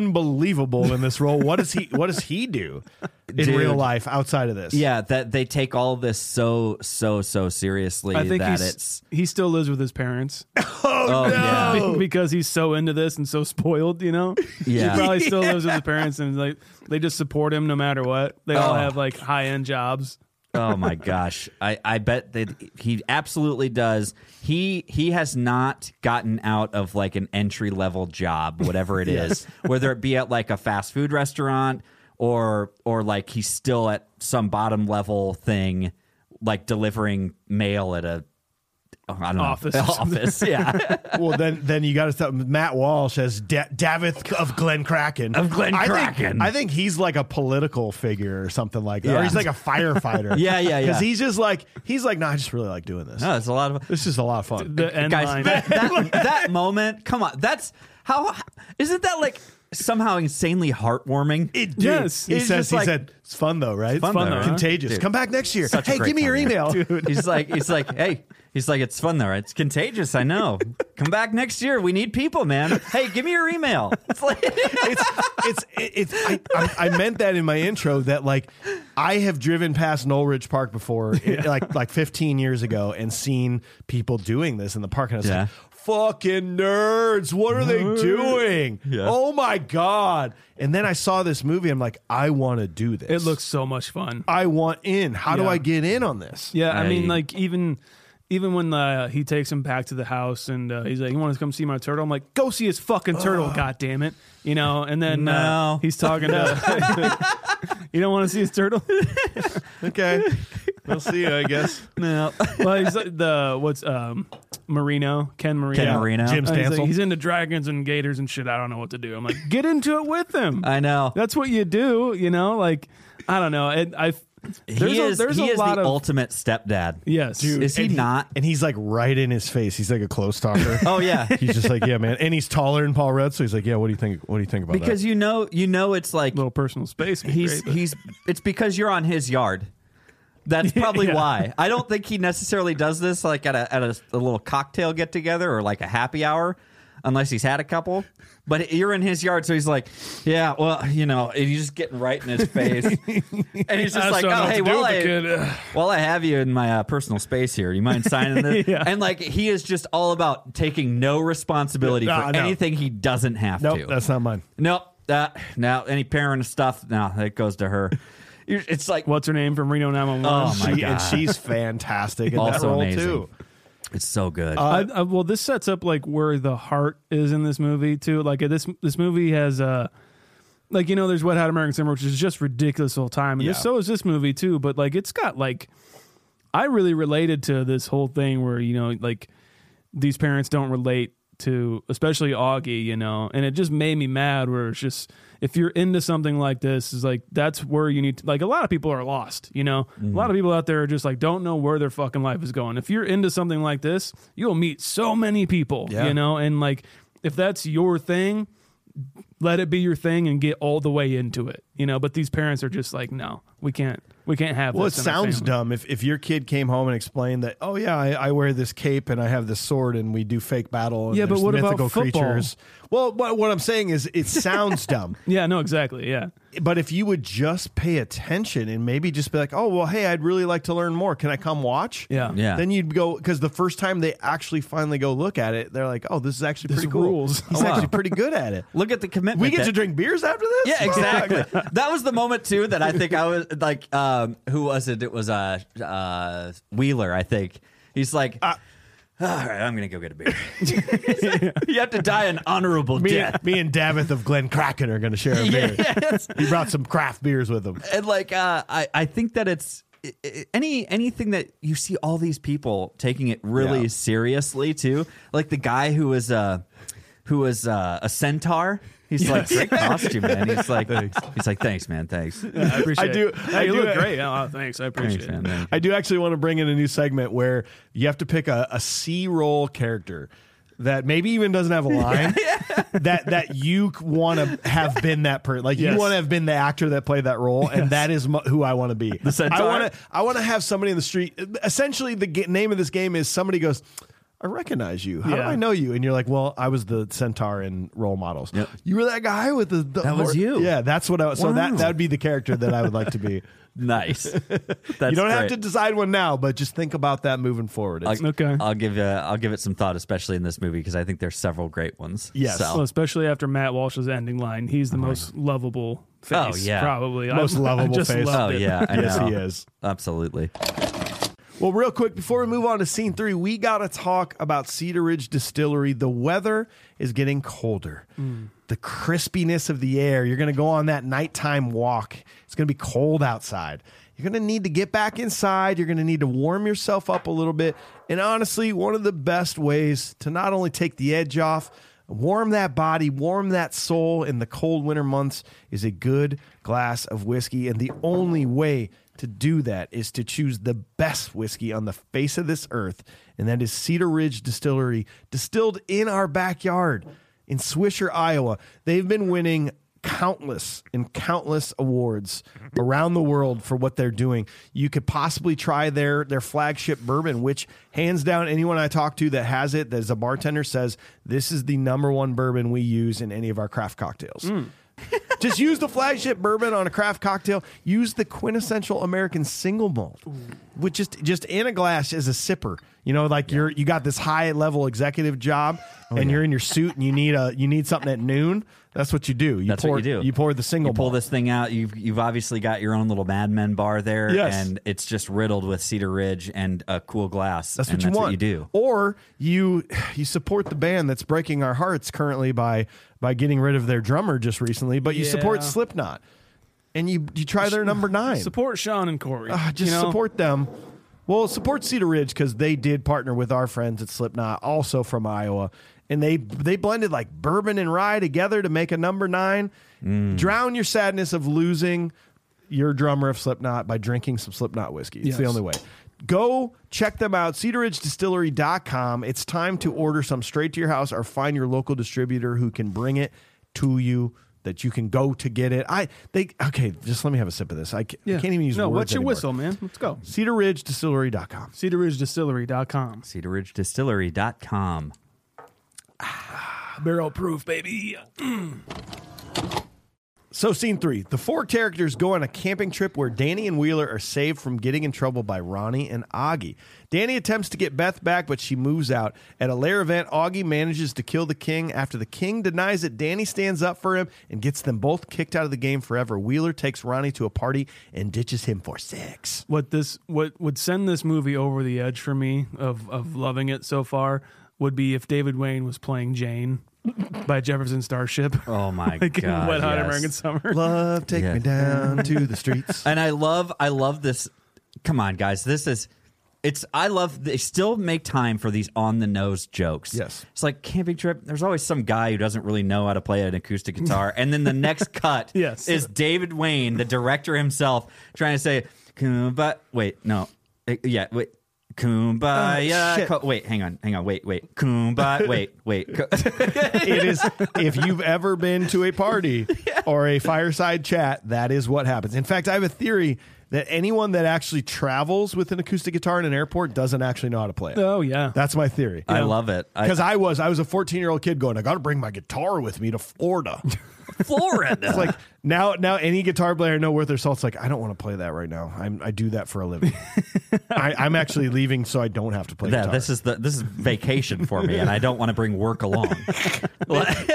A: unbelievable in this role. What does he What does he do in
C: Dude.
A: real life outside of this?
C: Yeah, that they take all this so so so seriously
B: I think
C: that
B: he's,
C: it's
B: he still lives with his parents. *laughs*
C: oh yeah.
B: Be- because he's so into this and so spoiled, you know.
C: Yeah. *laughs*
B: he probably still lives with his parents, and like they just support him no matter what. They all
C: Oh.
B: have like high end jobs.
C: oh my gosh. I I bet that he absolutely does. He he has not gotten out of like an entry level job, whatever
B: *laughs*
C: it is, whether it be at like a fast food restaurant or or like he's still at some bottom level thing, like delivering mail at a oh, I don't
B: Office
C: know
B: or something.
C: *laughs* office. Yeah. *laughs*
A: Well, then then you got to stop. Matt Walsh as da- Davith of Glen Kraken.
C: Of Glen
A: I
C: Kraken.
A: Think, I think he's like a political figure or something like that. Or
C: Yeah.
A: he's like a firefighter.
C: *laughs* Yeah, yeah, yeah.
A: Because he's just like he's like, no, I just really like doing this.
C: No, it's a lot of
A: This is a lot of fun.
B: The end
C: guys
B: line.
A: *laughs*
C: that, that, that moment come on that's how isn't that like somehow insanely heartwarming
A: It, dude,
B: Yes.
A: he
C: It's
A: says.
C: just
A: He
C: like-
A: said it's fun though, right?
C: fun,
B: fun though, though, huh?
A: Contagious.
C: Dude.
A: Come back next year.
C: Such a
A: hey,
C: great
A: give me your
C: time,
A: email.
C: *laughs*
A: *laughs*
C: he's like he's like hey he's like it's fun though right? it's contagious i know come back next year we need people man hey give me your email *laughs* it's like
A: it's it's it's I, I, I meant that in my intro that like I have driven past Norridge Park before it- like like 15 years ago and seen people doing this in the park and I was
C: Yeah.
A: like fucking nerds what are they doing
C: Yeah.
A: oh my god and then I saw this movie I'm like I want to do this
B: it looks so much fun.
A: I want in how do
B: Yeah.
A: I get in on this
B: Yeah, I, mean,
C: I-
B: like even even when uh, he takes him back to the house and uh, he's like, "You want to come see my turtle?" I'm like, "Go see his fucking turtle, god damn it!" You know. And then uh,
C: No.
B: he's talking to.
C: *laughs*
B: *laughs* you don't want to see his turtle?
A: okay we'll see you I guess
C: no
B: well, he's like the what's um Marino Ken Marino.
C: Ken Marino.
A: Jim
B: Uh, He's,
A: Stansel
B: like, he's into dragons and gators and shit. I don't know what to do. I'm like, get into it with him.
C: *laughs* i know
B: That's what you do. You know, like I don't know. It, I there's
C: he
B: a,
C: is,
B: there's
C: he
B: a
C: is
B: lot
C: the
B: of
C: ultimate stepdad
B: yes.
C: is he
A: and
C: not
A: and he's like right in his face he's like a close talker *laughs*
C: oh yeah
A: He's just like, yeah, man, and he's taller than Paul Rudd, so he's like, yeah, what do you think? What do you think about
C: because you know you know it's like
B: little personal space. would be
C: he's
B: great, but-
C: he's it's because you're on his yard.
B: *laughs*
C: That's probably
B: Yeah.
C: why. I don't think he necessarily does this like at a at a, a little cocktail get together or like a happy hour, unless he's had a couple. But you're in his yard, so he's like, yeah, well, you know, and you're just getting right in
B: *laughs*
C: his face, and he's just
B: I
C: like,
B: don't know
C: oh,
B: what to
C: hey,
B: do
C: while
B: with
C: I,
B: the kid. Ugh.
C: while I have you in my uh, personal space here, do you mind signing
B: *laughs*
C: this?
B: Yeah.
C: And like, he is just all about taking no responsibility
A: Nah,
C: for
A: no.
C: anything he doesn't have
A: that?
C: to.
A: Nope, that's not mine.
C: Nope. That now any parent stuff now that goes
A: *laughs*
C: to her. You're- It's like
B: what's her name from Reno 911?
C: Oh, my
A: She- and
C: God.
A: she's fantastic in that
C: Also
A: role
C: amazing.
A: too.
C: it's so good.
A: uh,
B: I, I, well, this sets up like where the heart is in this movie too. Like this this movie has uh like you know there's Wet Hot American Summer which is just ridiculous the whole time, and
A: Yeah.
B: this, so is this movie too. But like it's got like I really related to this whole thing where you know like these parents don't relate to especially Augie, you know, and it just made me mad where it's just if you're into something like this is like that's where you need to like a lot of people are lost, you know. A
A: Mm-hmm.
B: lot of people out there are just like don't know where their fucking life is going. If you're into something like this, you'll meet so many people,
A: Yeah.
B: you know, and like if that's your thing, let it be your thing and get all the way into it, you know. But these parents are just like, no, we can't, we can't have.
A: Well, it
B: this in our
A: sounds
B: family."
A: dumb. If if your kid came home and explained that, oh yeah, I, I wear this cape and I have this sword and we do fake battle. And
B: Yeah, but
A: there's
B: what about
A: mythical
B: football?
A: creatures? Well, what, what I'm saying is, it sounds *laughs* dumb.
B: Yeah, no, exactly. Yeah,
A: But if you would just pay attention and maybe just be like, oh well, hey, I'd really like to learn more. Can I come watch?
B: yeah,
C: Yeah.
A: Then you'd go because the first time they actually finally go look at it, they're like, oh, this is actually
B: This
A: pretty cool.
B: rules.
A: He's
C: wow.
A: actually pretty good at it.
C: Look at the commitment.
A: We get
C: that-
A: to drink beers after *laughs* this.
C: Yeah, exactly. that was the moment too that I think I was like, um, who was it? It was uh, uh, Wheeler, I think. He's like,
A: Uh,
C: all right, I'm gonna go get
A: *laughs*
C: a beer. *laughs* you have to die an honorable
A: Me,
C: death.
A: me and Davith of Glen Kraken are going to share a beer.
C: Yes.
A: He brought some craft beers with him.
C: and like uh, I, I think that it's i- i- any anything that you see all these people taking it really
A: Yeah.
C: seriously too like the guy who was uh who was uh, a centaur he's like great costume man
A: *laughs*
C: he's like he's like thanks man thanks
B: I
A: *laughs*
B: appreciate.
A: I do-
B: It.
A: I
B: Hey, you
A: do-
B: look great. Oh, thanks. I appreciate
C: thanks
B: it.
C: man thanks.
A: *laughs* I do actually want to bring in a new segment where you have to pick a, a C roll character that maybe even doesn't
C: *laughs*
A: have a line that that you want to have been that person. Like
B: Yes.
A: you want to have been the actor that played that role, and that is mo- who I want to be.
C: centaur?
A: I want to I want to have somebody in the street. Essentially, the g- name of this game is somebody goes. I recognize you. How do
B: Yeah.
A: I know you? And you're like, well, I was the centaur in role models.
C: Yep.
A: You were that guy with the, the
C: That was you.
A: Yeah, that's what I. So
C: Wow.
A: that that would be the character that I would like to
C: *laughs*
A: be. *laughs*
C: nice That's
A: you don't have
C: great.
A: to decide one now, but just think about that moving forward. It's,
C: I'll,
B: Okay.
C: I'll give uh, I'll give it some thought, especially in this movie, because I think there's several great ones.
A: Yes.
B: Well,
C: So,
B: especially after Matt Walsh's ending line, he's the most lovable face.
C: Oh, yeah.
B: probably
A: Most
B: *laughs* I,
A: lovable
B: I just
A: face.
C: oh
B: Loved it.
C: yeah,
A: *laughs*
C: I
A: yes,
C: know.
A: he is.
C: Absolutely.
A: Well, real quick, before we move on to scene three, we got to talk about Cedar Ridge Distillery. The weather is getting colder. The crispiness of the air. You're going to go on that nighttime walk. It's going to be cold outside. You're going to need to get back inside. You're going to need to warm yourself up a little bit. And honestly, one of the best ways to not only take the edge off, warm that body, warm that soul in the cold winter months is a good glass of whiskey. And the only way to do that is to choose the best whiskey on the face of this earth, and that is Cedar Ridge Distillery, distilled in our backyard in Swisher, Iowa. They've been winning countless and countless awards around the world for what they're doing. You could possibly try their their flagship bourbon, which hands down anyone I talk to that has it, that is a bartender says this is the number one bourbon we use in any of our craft cocktails. Just use the flagship bourbon on a craft cocktail. Use the quintessential American single malt, with just just in a glass as a sipper. You know, like you're you got this high level executive job,
C: Oh,
A: and you're in your suit, and you need a you need something at noon. That's what you do. You
C: That's
A: pour,
C: what you do.
A: You pour the single.
C: You pull
A: malt.
C: this thing out. You've you've obviously got your own little Mad Men bar there,
A: Yes.
C: and it's just riddled with Cedar Ridge and a cool glass.
A: That's
C: and
A: what you
C: that's
A: want.
C: What you do.
A: Or you you support the band that's breaking our hearts currently by by getting rid of their drummer just recently, but you support
B: Yeah.
A: Slipknot, and you you try their number nine.
B: Support Sean and Corey.
A: Ah, just
B: you know?
A: support them. Well, support Cedar Ridge because they did partner with our friends at Slipknot, also from Iowa, and they they blended like bourbon and rye together to make a number nine.
B: Mm.
A: Drown your sadness of losing your drummer of Slipknot by drinking some Slipknot whiskey. It's the
B: Yes.
A: only way. Go check them out, cedarridgedistillery.com. It's time to order some straight to your house or find your local distributor who can bring it to you that you can go to get it. I they okay, just let me have a sip of this. I, ca- I can't even use
B: No,
A: words
B: what's your
A: anymore.
B: whistle, man? Let's go.
A: CedarRidgeDistillery.com.
B: CedarRidgeDistillery.com.
C: CedarRidgeDistillery.com.
B: Barrel proof, baby.
A: So, scene three the four characters go on a camping trip where Danny and Wheeler are saved from getting in trouble by Ronnie and Augie. Danny attempts to get Beth back, but she moves out. At a lair event, Augie manages to kill the king. After the king denies it, Danny stands up for him and gets them both kicked out of the game forever. Wheeler takes Ronnie to a party and ditches him for sex.
B: What this what would send this movie over the edge for me of of loving it so far would be if David Wayne was playing Jane by Jefferson Starship.
C: Oh
A: *laughs*
C: my
B: *laughs* like in
C: god!
B: Wet Hot
C: yes.
B: American Summer.
A: Love, take me
C: Yes.
A: down to the streets.
C: And I love, I love this. Come on, guys, this is. It's. I love. They still make time for these on the nose jokes.
A: Yes.
C: it's like camping trip. There's always some guy who doesn't really know how to play an acoustic guitar, and then
A: *laughs*
C: the next cut
B: Yes.
C: is David Wayne, the director himself, trying to say, "Come on, "But wait, no, Eh, yeah, wait."
A: Oh,
C: Kumbaya.
A: shit.
C: co- wait, hang on, hang on, wait,
A: *laughs*
C: wait. Kumbaya. wait, wait. Co- *laughs*
A: it is if you've ever been to a party or a fireside chat that is what happens in fact i have a theory that anyone that actually travels with an acoustic guitar in an airport doesn't actually know how to play it
B: Oh yeah.
A: that's my theory
C: I love it. I-
A: because I, was i was a 14 year old kid going i gotta bring my guitar with me to florida
C: Florida.
A: it's like now now any guitar player no worth their salt's like i don't want to play that right now I'm, i do that for a living I, i'm actually leaving so i don't have to play
C: yeah,
A: guitar
C: this is the this is vacation for me, and I don't want to bring
A: *laughs*
C: work along.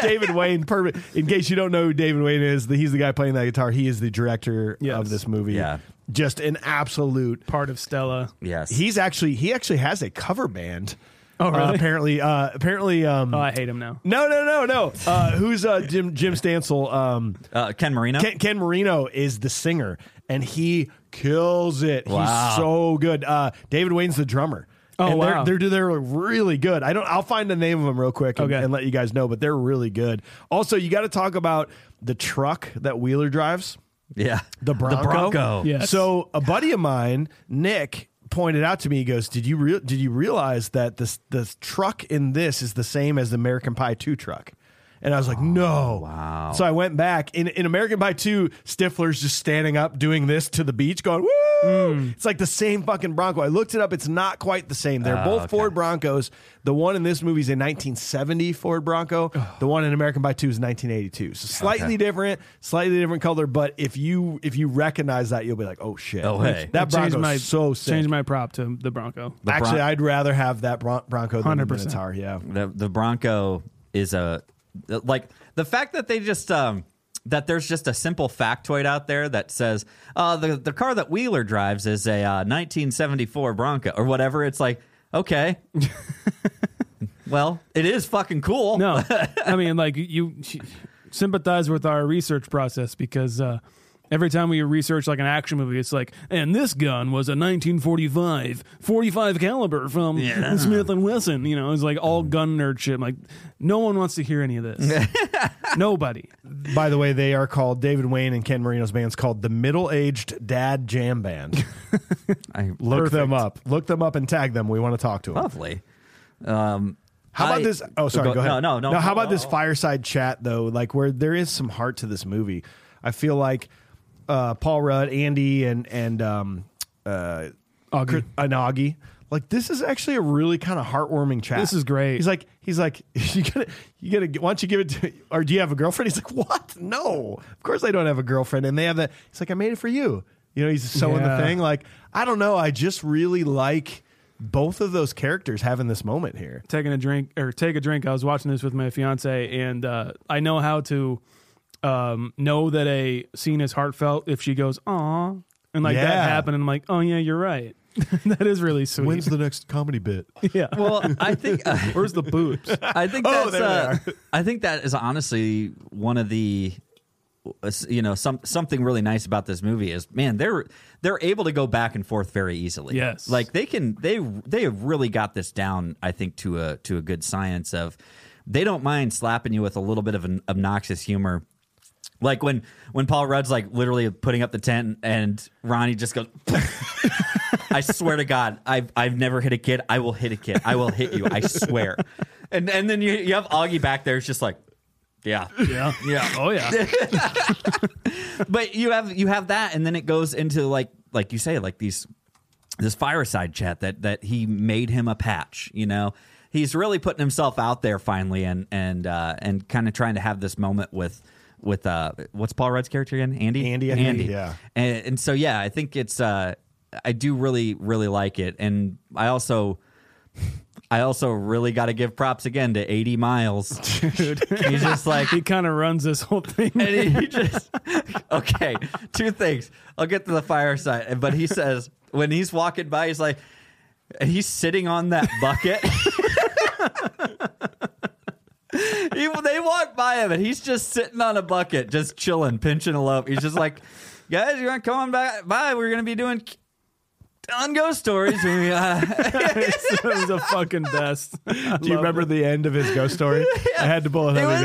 A: David Wayne, perfect. In case you don't know who David Wayne is, the- he's the guy playing that guitar. He is the director
B: Yes.
A: of this movie.
C: Yeah.
A: Just an absolute.
B: Part of Stella.
C: yes,
A: He's actually he actually has a cover band.
B: Oh,
A: Uh,
B: really?
A: apparently, uh, apparently. Um,
B: Oh, I hate him now.
A: no, no, no, no. Uh, who's uh, Jim Jim Stansel? Um,
C: uh, Ken Marino.
A: Ken, Ken Marino is the singer, and he kills it.
C: Wow.
A: He's so good. Uh, David Wayne's the drummer.
B: Oh,
A: and
B: wow.
A: They're, they're they're really good. I don't. I'll find the name of them real quick and,
B: Okay.
A: and let you guys know. But they're really good. Also, you got to talk about the truck that Wheeler drives,
C: yeah,
A: the Bronco.
C: Bronco.
B: Yes.
A: So a buddy of mine, Nick, pointed out to me. He goes, "Did you real? Did you realize that this the truck in this is the same as the American Pie Two truck?" And I was like, "No!" Wow. So I went back. In in American Pie Two, Stifler's just standing up, doing this to the beach, going, "Woo!" It's like the same fucking Bronco. I looked it up. It's not quite the same. They're both Ford Broncos. The one in this movie is a 1970 Ford Bronco. The one in American Pie Two is 1982. So slightly different, slightly different color. But if you if you recognize that, you'll be like, "Oh shit!"
C: Oh, hey.
A: That
B: Changed
A: Bronco's
B: my
A: so sick.
B: Change my prop to
A: *laughs*
B: the Bronco.
C: The
A: Actually,
C: Bron-
A: I'd rather have that Bron- Bronco than 100%.
B: 100%.
A: Minotaur. Yeah.
C: the the Bronco is a like the fact that they just um that there's just a simple factoid out there that says uh the the car that Wheeler drives is a uh, 1974 Bronco or whatever. It's like
A: *laughs*
C: okay, well it is fucking cool.
B: No, I mean like you you sympathize with our research process because uh, every time we research like an action movie, it's like, and this gun was a 1945 45 caliber from *laughs* Smith and Wesson. You know, it's like
A: Mm.
B: all gun nerd shit. I'm like no one wants to hear any
A: *laughs*
B: of this. Nobody.
A: By the way, they are called David Wayne and Ken Marino's band's called the Middle Aged Dad Jam Band.
C: I,
A: Look them up. Look them up and tag them. We want to talk to them.
C: lovely. Um,
A: How about
C: I-
A: this? Oh, sorry. Go, ahead.
C: No, no, no.
A: Now, how about this
C: no.
A: fireside chat though? Like where there is some heart to this movie. I feel like uh, Paul Rudd, Andy, and and um, uh, Chris- and Augie. Like this is actually a really kind of heartwarming chat.
B: This is great.
A: He's like, he's like, *laughs* you gotta, you gotta. Why don't you give it to? Or do you have a girlfriend? He's like, what? No, of course I don't have a girlfriend. And they have that. He's like, I made it for you. You know, he's sewing
B: Yeah.
A: the thing. Like, I don't know. I just really like both of those characters having this moment here.
B: taking a drink or take a drink. I was watching this with my fiance, and uh, I know how to um, know that a scene is heartfelt if she goes "aw" and like
A: Yeah.
B: that happened. And I'm like, oh yeah, you're right. *laughs* that is really sweet.
A: When's the next comedy *laughs* bit?
B: yeah.
C: Well, I think uh,
B: Where's the *laughs* boobs?
C: I think
A: Oh,
C: that's uh, I think that is honestly one of the uh, you know some something really nice about this movie is man they're they're able to go back and forth very easily.
B: Yes.
C: like they can they they have really got this down. I think to a to a good science of they don't mind slapping you with a little bit of an obnoxious humor. Like when when Paul Rudd's like literally putting up the tent and Ronnie just goes. *laughs* I swear to God, I've I've never hit a kid. I will hit a kid. I will hit you. I swear. And and then you you have Augie back there. It's just like, yeah,
B: yeah. Yeah. Oh yeah.
C: but you have you have that, and then it goes into like like you say like these this fireside chat that that he made him a patch. You know, he's really putting himself out there finally, and and uh, and kind of trying to have this moment with with uh what's Paul Rudd's character again? Andy.
A: Andy, I think, yeah.
C: And, and so yeah, I think it's uh I do really really like it, and I also. I also really got to give props again to 80
A: *laughs*
C: Miles. He's just like
B: He kind of runs this whole thing. *laughs*
C: and he *laughs* just okay. Two things. I'll get to the fireside, but he says when he's walking by, he's like, and he's sitting on that bucket. *laughs* He- they walk by him, and he's just sitting on a bucket, just chilling, pinching a loaf. He's just like, guys, you want to come on back by? We're gonna be doing. On ghost stories, We, uh, *laughs*
B: it was the fucking best.
A: *laughs* Do you remember the end of his ghost story? I had to pull it *laughs* up.
C: It
A: He
C: was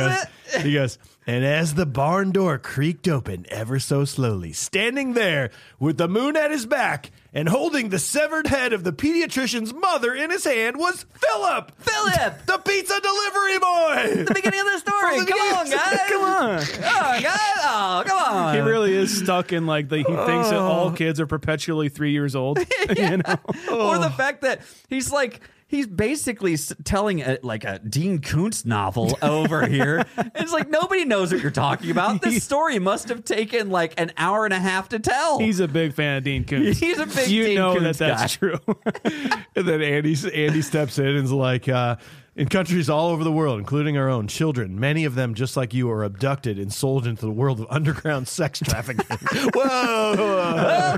A: goes, he goes, And as the barn door creaked open ever so slowly, standing there with the moon at his back and holding the severed head of the pediatrician's mother in his hand was Philip!
C: Philip!
A: The pizza delivery boy! *laughs*
C: The beginning of the story.
A: From the
C: come on,
A: beginning.
C: guys.
B: Come on.
C: Come on, guys. Oh, come on.
B: He really is stuck in like the, he thinks that
C: Oh.
B: all kids are perpetually three years old. You know,
C: or the fact that he's like he's basically s- telling a, like a Dean Koontz *laughs* novel over here. It's like nobody knows what you're talking *laughs* about. This story must have taken like an hour and a half to tell. *laughs*
B: he's a big fan of Dean Koontz.
C: He's a big
B: you
C: Dean
B: know
C: Koontz
B: that
C: guy.
B: that's true. *laughs*
A: And then Andy Andy steps in and is like, uh, in countries all over the world, including our own, children, many of them just like you, are abducted and sold into the world of underground sex trafficking. *laughs* Whoa!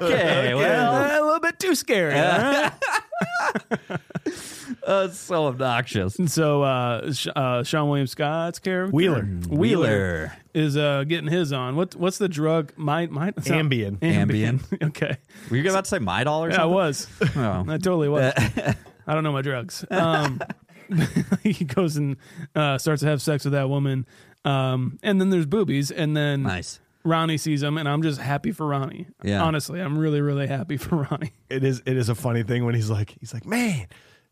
C: okay,
B: a
C: well,
B: little bit too scary.
C: uh, it's so obnoxious.
B: And so uh, Sh- uh, Sean William Scott's character
A: Wheeler.
C: Hmm,
B: Wheeler is uh, getting his on. What what's the drug? My, *laughs* my, it's not-
A: Ambien.
B: *laughs*
C: Ambien.
B: okay,
C: Were you about to say my doll or
B: yeah, I *laughs*
C: something?
B: was.
C: Oh.
B: I totally was. I don't know my *laughs* drugs. Um, he goes and uh, starts to have sex with that woman, um, and then there's boobies, and then
C: Nice.
B: Ronnie sees him, and I'm just happy for Ronnie.
C: Yeah.
B: honestly, I'm really really happy for *laughs* Ronnie.
A: It is it is a funny thing when he's like he's like, man.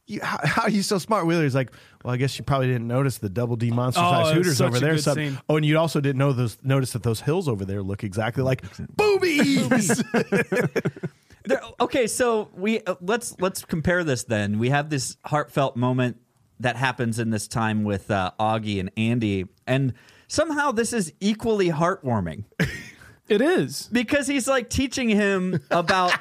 A: You, how, how are you so smart, Wheeler? He's like, well, I guess you probably didn't notice the double D monster
B: Oh,
A: size
B: it was
A: hooters
B: such
A: over
B: a
A: there.
B: good
A: Sub-
B: scene.
A: oh, and you also didn't know those notice that those hills over there look exactly like *laughs* boobies.
C: There- okay, so we uh, let's let's compare this. Then we have this heartfelt moment that happens in this time with uh, Augie and Andy, and somehow this is equally heartwarming
B: It is.
C: because he's like teaching him
B: *laughs*
C: about.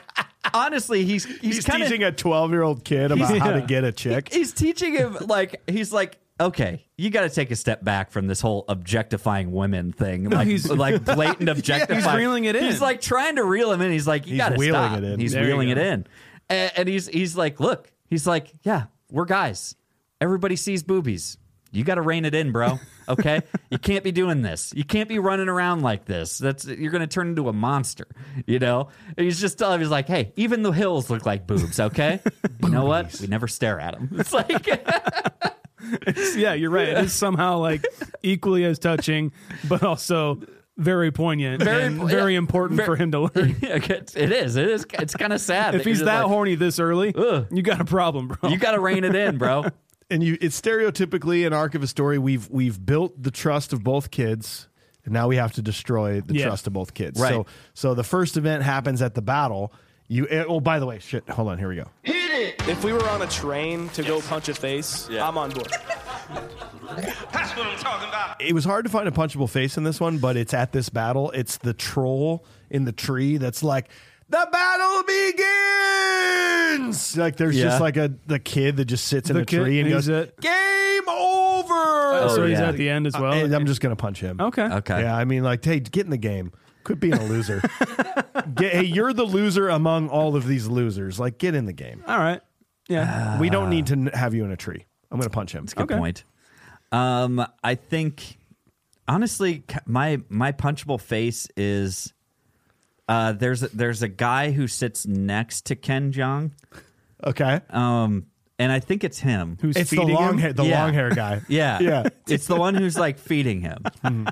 C: honestly, he's he's,
A: he's
C: kind of
A: teaching a twelve year old kid about how to
B: Yeah.
A: get a chick.
B: *laughs*
C: he's teaching him like he's like okay you got to take a step back from this whole objectifying women thing like
B: he's- *laughs*
C: like blatant objectifying
B: He's reeling it in.
C: he's like trying to reel him in he's like you
A: He's
C: got to
A: wheeling
C: stop
A: it in.
C: he's
A: There
B: you
C: reeling
B: go.
C: it in and, and he's he's like look he's like yeah we're guys everybody sees boobies you got to rein it in bro okay *laughs* you can't be doing this you can't be running around like this that's you're going to turn into a monster you know And he's just telling him he's like hey even the hills look like boobs okay you know what we never stare at them it's like *laughs*
B: yeah, you're right. It is somehow like equally as touching, but also very poignant,
C: Very
B: very,
C: po-
B: very
C: yeah.
B: important
C: Ver-
B: for him to
F: *laughs*
B: learn.
C: Yeah, it it is. It is. It's kind of sad.
B: If
C: you're
B: he's
C: just
B: that
C: like,
B: horny this early,
C: Ugh.
B: you got a problem, bro.
C: you got to rein it in, bro.
A: and you it's stereotypically an arc of a story we've we've built the trust of both kids and now we have to destroy the
B: Yeah.
A: trust of both kids
C: Right.
A: so so the first event happens at the battle you eh, oh by the way shit hold on here we go
F: If we were on a train to go punch a face, I'm on board.
G: That's what I'm talking about.
A: it was hard to find a punchable face in this one but it's at this battle it's the troll in the tree that's like the battle begins like there's
C: Yeah.
A: just like a the kid that just sits in
B: The
A: a
B: kid-
A: tree and
B: he's
A: goes
B: it.
A: game over
B: so
C: Oh,
B: he's
C: yeah.
B: at the end as well.
A: Uh, and i'm just gonna punch him
B: okay.
C: Okay.
A: Yeah, I mean, like, hey, get in the game. Quit being a loser. get, hey, you're the loser among all of these losers. Like, get in the game.
B: All right.
C: Ah,
B: Yeah.
A: We don't need to n- have you in a tree. I'm going to punch him.
C: Good
B: Okay.
C: point. Um, I think honestly, c- my my punchable face is uh, there's a, there's a guy who sits next to Ken Jong,
A: Okay.
C: um, and I think it's him.
B: Who's
A: it's the
B: feeding
A: long
B: him?
A: hair, the
C: Yeah.
A: long hair guy. *laughs*
C: Yeah.
A: Yeah. Mm-hmm.
C: It's the one who's like
A: *laughs*
C: feeding him.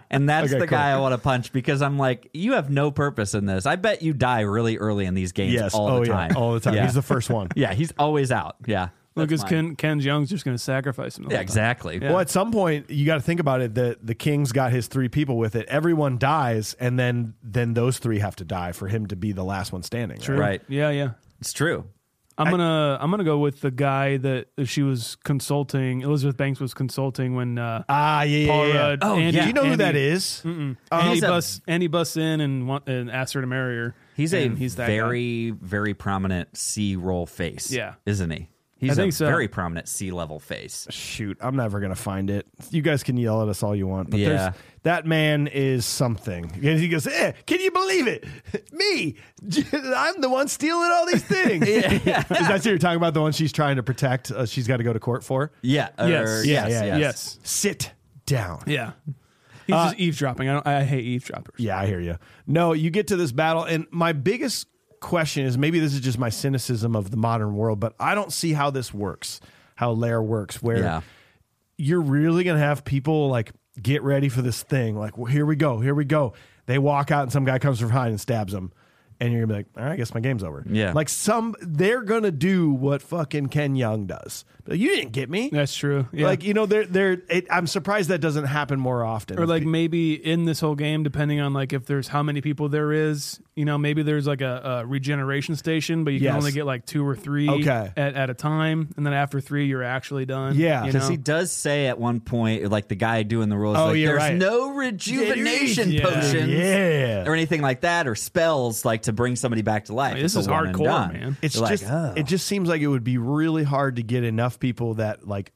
C: And that's
A: Okay,
C: the guy
A: cool.
C: I want to punch because I'm like, you have no purpose in this. I bet you die really early in these games
A: Yes.
C: all
A: oh,
C: the time.
A: yeah. All the time.
C: Yeah.
A: He's the first one.
C: *laughs* yeah, he's always out. Yeah. That's
B: Lucas
C: mine.
B: Ken Ken Young's just going to sacrifice him. the
C: Yeah,
B: whole time.
C: exactly.
A: Well, at some point, you got to think about it. The the king's got his three people with it. Everyone dies, and then then those three have to die for him to be the last one standing. True.
C: Right.
B: Yeah, yeah.
C: It's true.
B: I'm gonna I'm gonna go with the guy that she was consulting. Elizabeth Banks was consulting when uh,
A: Ah, yeah,
B: Paul
A: yeah, yeah.
B: Rudd.
C: Oh,
B: Andy,
C: yeah.
A: Do you know who
B: Andy-
A: that is? Um,
B: Andy
C: he's a-
B: bus Andy bus in and want, and asks her to marry her.
C: He's a
B: and that guy.
C: very, very prominent C roll face.
B: Yeah.
C: Isn't he? He's
B: think
C: a
B: so.
C: very prominent C level face.
A: shoot, I'm never gonna find it. You guys can yell at us all you want, but
C: Yeah.
A: there's, that man is something. And he goes, eh, "Can you believe it? *laughs* Me, I'm the one stealing all these
C: *laughs*
A: things." *laughs* Is that what you're talking about? The one she's trying to protect? Uh, she's got to go to court for.
C: Yeah. or-
B: Yes.
A: Yeah, yeah,
B: yes.
A: Sit down.
B: Yeah. He's
C: Uh,
B: just eavesdropping. I, don't, I hate eavesdroppers.
A: Yeah, I hear you. No, you get to this battle, and my biggest question is maybe this is just my cynicism of the modern world, but I don't see how this works, how Lair works, where
C: Yeah.
A: you're really going to have people like get ready for this thing. Like, well, here we go, here we go. They walk out and some guy comes from behind and stabs them. And you're gonna be like, all right, I guess my game's over.
C: Yeah.
A: Like some they're gonna do what fucking Ken Young does. But you didn't get me.
B: That's true. Yeah.
A: Like, you know, they're they're it, I'm surprised that doesn't happen more often.
B: or like
A: Pe-
B: maybe in this whole game, depending on like if there's how many people there is, you know, maybe there's like a, a regeneration station, but you
A: Yes.
B: can only get like two or three
A: Okay.
B: at, at a time, and then after three, you're actually done.
A: Yeah.
B: you
A: Does
B: know?
C: he does say at one point, like the guy doing the rules,
A: Oh,
C: like,
A: you're
C: there's
A: right.
C: no rejuvenation
B: Yeah.
C: potions
A: Yeah.
C: or anything like that, or spells like to bring somebody back to life.
B: Like, this is
C: It's a one and
B: hardcore,
C: done.
B: man.
A: It's
C: You're like,
A: just
C: oh.
A: it just seems like it would be really hard to get enough people that like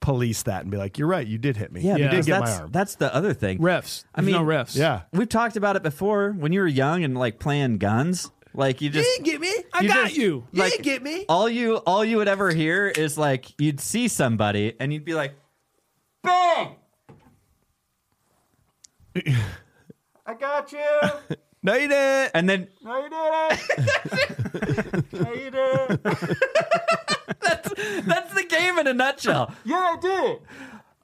A: police that and be like, you're right, you did hit me.
C: Yeah,
A: you did
B: because
C: because
A: get
C: that's
A: my arm.
C: that's the other thing.
B: refs.
C: I
B: There's no
C: mean,
B: refs.
A: yeah.
C: We've talked about it before when you were young and like playing guns. Like you just
A: get me.
B: I got you.
A: You
C: like
A: didn't get me.
C: All you all you would ever hear is like you'd see somebody and you'd be like, "Bang! I got you."
A: No, you didn't.
C: And then *laughs*
B: No, you did it. no, you did it.
C: that's the game in a nutshell.
B: *laughs* Yeah, I did.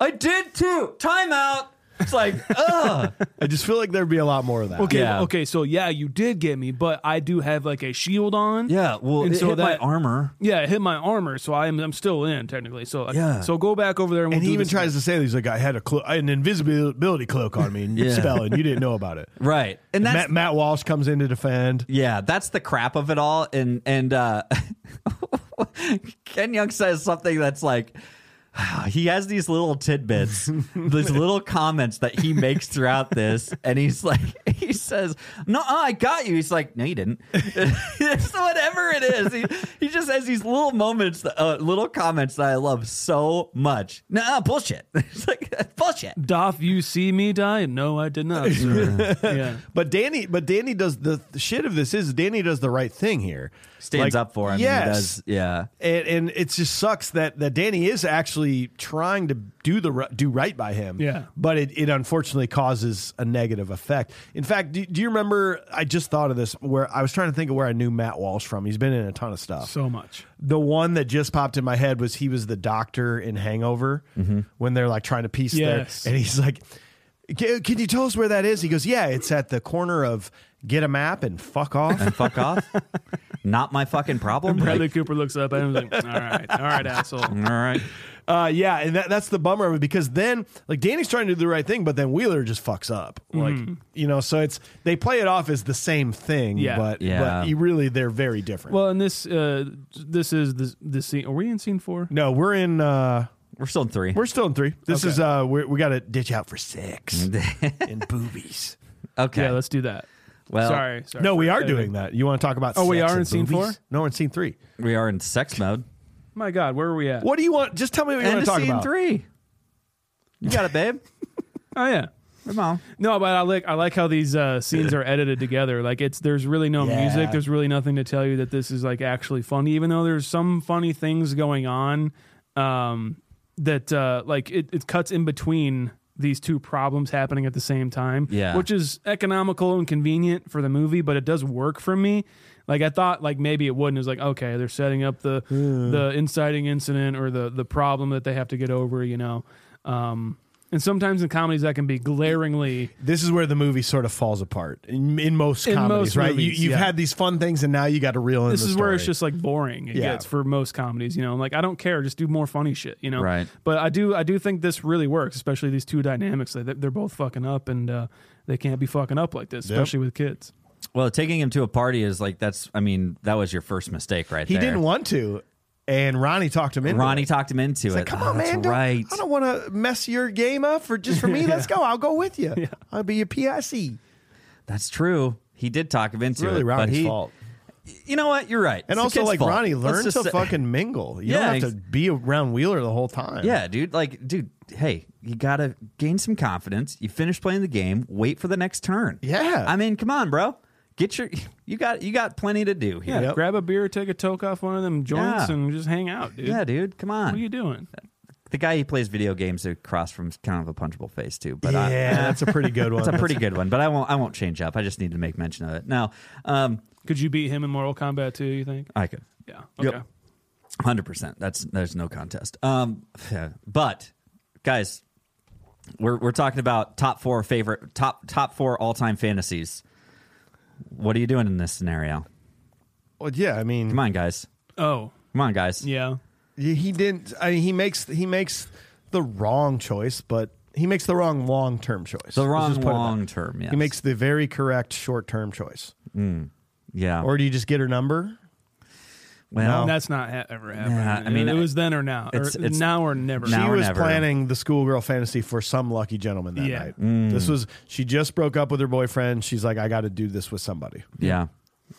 C: I did too. Timeout.
B: *laughs*
C: It's like, ugh.
A: I just feel like there'd be a lot more of that.
B: Okay,
C: Yeah.
B: okay, so yeah, you did get me, but I do have like a shield on.
C: Yeah. Well,
B: And
C: it
B: so
C: hit my
B: that-
C: armor.
B: Yeah, it hit my armor, so I'm I'm still in technically. So like,
C: Yeah.
B: so go back over there and, we'll
A: And he
B: do
A: even
B: this
A: tries to say that he's like, I had a clo- an invisibility cloak on me and
C: *laughs* Yeah.
A: spell, and you didn't know about it.
C: Right. And that's
A: Matt, Matt Walsh comes in to defend.
C: Yeah, that's the crap of it all. And and uh, *laughs* Ken Young says something that's like *sighs* he has these
A: *laughs*
C: little tidbits, these little comments that he makes throughout this, and he's like, *laughs* he says, "No, uh, I got you." He's like, "No, you didn't." *laughs* it's whatever it is. He, he just has these little moments, that- uh, little comments that I love so much. No, bullshit. *laughs* it's like bullshit.
B: Doth you see me die? No, I did not. Sir. *laughs* yeah.
A: But Danny, but Danny does the the shit of this is Danny does the right thing here.
C: Stands
A: Like,
C: up for him.
A: Yes,
C: He does, yeah.
A: and and it just sucks that that Danny is actually trying to do the ri- do right by him.
B: Yeah.
A: but it, it unfortunately causes a negative effect. In fact, do, do you remember? I just thought of this where I was trying to think of where I knew Matt Walsh from. He's been in a ton of stuff.
B: So much.
A: the one that just popped in my head was he was the doctor in Hangover when they're like trying to piece
B: Yes.
A: there, and he's like, "Ca- "Can you tell us where that is?" He goes, "Yeah, it's at the corner of Get a Map and Fuck Off."
C: and fuck off. Not my fucking problem.
B: Bradley Cooper looks up at him like, all right, all
A: *laughs*
B: right, asshole.
C: All right.
A: *laughs* Uh, yeah, and that, that's the bummer of it because then like Danny's trying to do the right thing, but then Wheeler just fucks up. Like you know, so it's they play it off as the same thing,
B: Yeah.
A: but
C: Yeah.
A: but you really they're very different.
B: Well, and this uh, this is the the scene. Are we in scene four?
A: no, we're in uh
C: We're still in three.
A: we're still in three. This is uh we're, we got to ditch out for six and boobies.
C: okay.
B: Yeah, let's do that.
C: well,
B: sorry, sorry.
A: No, we
B: for
A: are
B: editing.
A: doing that. You want to talk about?
B: Oh, we
A: sex
B: are
A: and
B: in scene
A: boobies?
B: four?
A: No, we're in scene three.
C: we are in sex mode.
B: My God, where are we at?
A: What do you want? Just tell me what you
C: and
A: want to talk
C: scene
A: about.
C: three. You got it, babe.
B: Oh yeah.
C: Come on.
B: No, but I like I like how these uh, scenes are edited together. Like it's there's really no
A: Yeah.
B: music. There's really nothing to tell you that this is like actually funny. Even though there's some funny things going on, um, that uh, like it, it cuts in between these two problems happening at the same time.
C: Yeah.
B: which is economical and convenient for the movie, but it does work for me. Like I thought, like maybe it wouldn't. It was like okay, they're setting up the the inciting incident or the the problem that they have to get over. You know. Um, and sometimes in comedies that can be glaringly
A: *laughs* This is where the movie sort of falls apart in, in most
B: In
A: comedies,
B: most
A: right?
B: movies,
A: you, you've
B: yeah.
A: had these fun things, and now you got to reel in.
B: this
A: the
B: is where it's
A: story.
B: just like boring it
A: Yeah.
B: gets for most comedies you know like i don't care just do more funny shit you know
C: Right.
B: but i do i do think this really works especially these two dynamics like, they- they're both fucking up and uh, they can't be fucking up like this
A: Yep.
B: especially with kids
C: Well, taking him to a party is like that's. I mean, that was your first mistake, right
A: he
C: there.
A: didn't want to, and Ronnie talked him into.
C: Ronnie
A: it.
C: talked him into it.
A: Like, come
C: Oh,
A: on,
C: that's
A: man! Don't,
C: Right.
A: I don't want to mess your game up for just for me. *laughs* Let's go. I'll go with you. I'll be your PIC.
C: That's true. He did talk him into it.
A: Really,
C: but
A: Ronnie's
C: he-
A: fault.
C: You know what? You're right.
A: And
C: It's the
A: also,
C: kid's
A: like
C: fault.
A: Ronnie,
C: Let's
A: learn to
C: just say-
A: fucking mingle. You
C: Yeah,
A: don't have
C: ex-
A: to be around Wheeler the whole time.
C: *laughs* Yeah, dude. Like, dude. Hey, you gotta gain some confidence. You finish playing the game. Wait for the next turn.
A: Yeah.
C: I mean, come on, bro. Get your. *laughs* You got. You got plenty to do here.
B: yeah
A: Yep.
B: grab a beer take a toke off one of them joints
C: Yeah.
B: and just hang out dude
C: Yeah, dude. Come on.
B: what are you doing
C: the guy who plays video games across from is kind of a punchable face too. But I,
A: yeah,
C: *laughs*
A: that's a pretty good one.
C: it's a pretty good one. But I won't. I won't change up. I just need to make mention of it. Now, um,
B: could you beat him in mortal kombat too you think
C: I could
B: yeah
C: Yep.
B: okay
C: hundred percent. That's there's no contest. Um, but guys, We're we're talking about top four favorite top top four all time fantasies. What are you doing in this scenario?
A: Well, yeah, I mean,
C: Come on, guys.
B: Oh,
C: Come on, guys.
B: yeah.
A: he didn't. I mean, he makes he makes the wrong choice, but he makes the wrong long term choice.
C: The wrong
A: Let's just put it that
C: long
A: way.
C: term. Yes.
A: He makes the very correct short term choice.
C: yeah.
A: Or do you just get her number?
C: well,
A: No.
B: That's not ha- ever happening.
C: Yeah, I
B: I
C: mean,
B: mean, it was then or now. Or
C: it's- it's-
B: now or never.
C: Now
A: she
C: or
A: was
C: never.
A: planning the schoolgirl fantasy for some lucky gentleman that
B: Yeah.
A: night.
C: Mm.
A: This was she just broke up with her boyfriend. She's like, I got to do this with somebody,
C: yeah.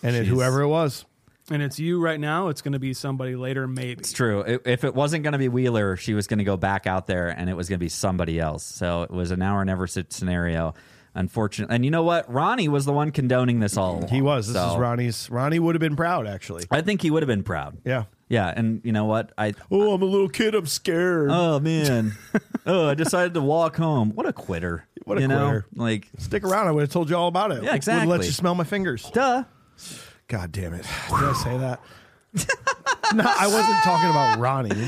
A: and it,
C: Jeez.
A: whoever it was,
B: and it's you right now. It's going to be somebody later, maybe.
C: It's true. I- If it wasn't going to be Wheeler, she was going to go back out there and it was going to be somebody else. So it was an hour never sit scenario. Unfortunately, and you know what? Ronnie was the one condoning this all.
A: he
C: along.
A: was. This is
C: So
A: Ronnie's. Ronnie would have been proud, actually.
C: I think he would have been proud.
A: Yeah.
C: Yeah, and you know what? I
A: Oh, I'm a little kid. I'm scared.
C: oh man,
A: *laughs*
C: oh I decided to walk home. What a quitter!
A: What a
C: you know?
A: quitter.
C: Like,
A: Stick around. I would have told you all about it. Would've
C: Yeah,
A: let
C: exactly.
A: you smell my fingers.
C: duh.
A: God damn it! *sighs* Did I say that? *laughs* no, I wasn't talking about Ronnie.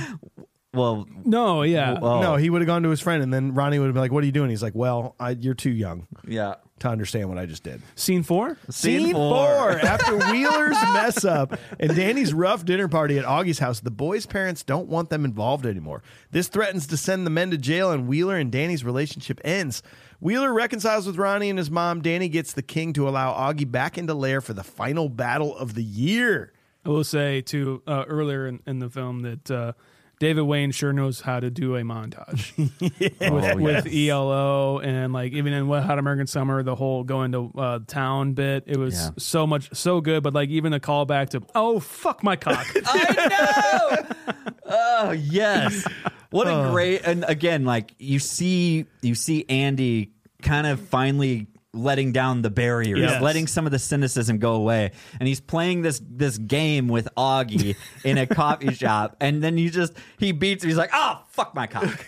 C: Well,
B: No, yeah.
C: oh,
A: No, he would have gone to his friend, and then Ronnie would have been like, "What are you doing?" He's like, "Well, I, you're too young
C: yeah.
A: to understand what I just did."
B: Scene four.
A: Scene, *laughs* four. After Wheeler's mess up and Danny's rough dinner party at Augie's house, the boys' parents don't want them involved anymore. This threatens to send the men to jail, and Wheeler and Danny's relationship ends. Wheeler reconciles with Ronnie and his mom. Danny gets the king to allow Augie back into Lair for the final battle of the year.
B: I will say too uh, earlier in, in the film that uh, David Wayne sure knows how to do
A: *laughs*
B: a montage with,
C: Oh,
B: with ELO and like even in Wet Hot American Summer, the whole going to uh, town bit. It was
C: Yeah.
B: so much so good, but like even a callback to oh fuck
A: *laughs*
B: my cock.
C: I know. *laughs* oh yes. What a
A: Oh.
C: great and again, like you see you see Andy kind of finally letting down the barriers,
B: Yes.
C: letting some of the cynicism go away. And he's playing this this game with
A: *laughs*
C: Augie in a coffee shop and then you just he beats him, he's like, oh fuck my
A: *laughs*
C: cock.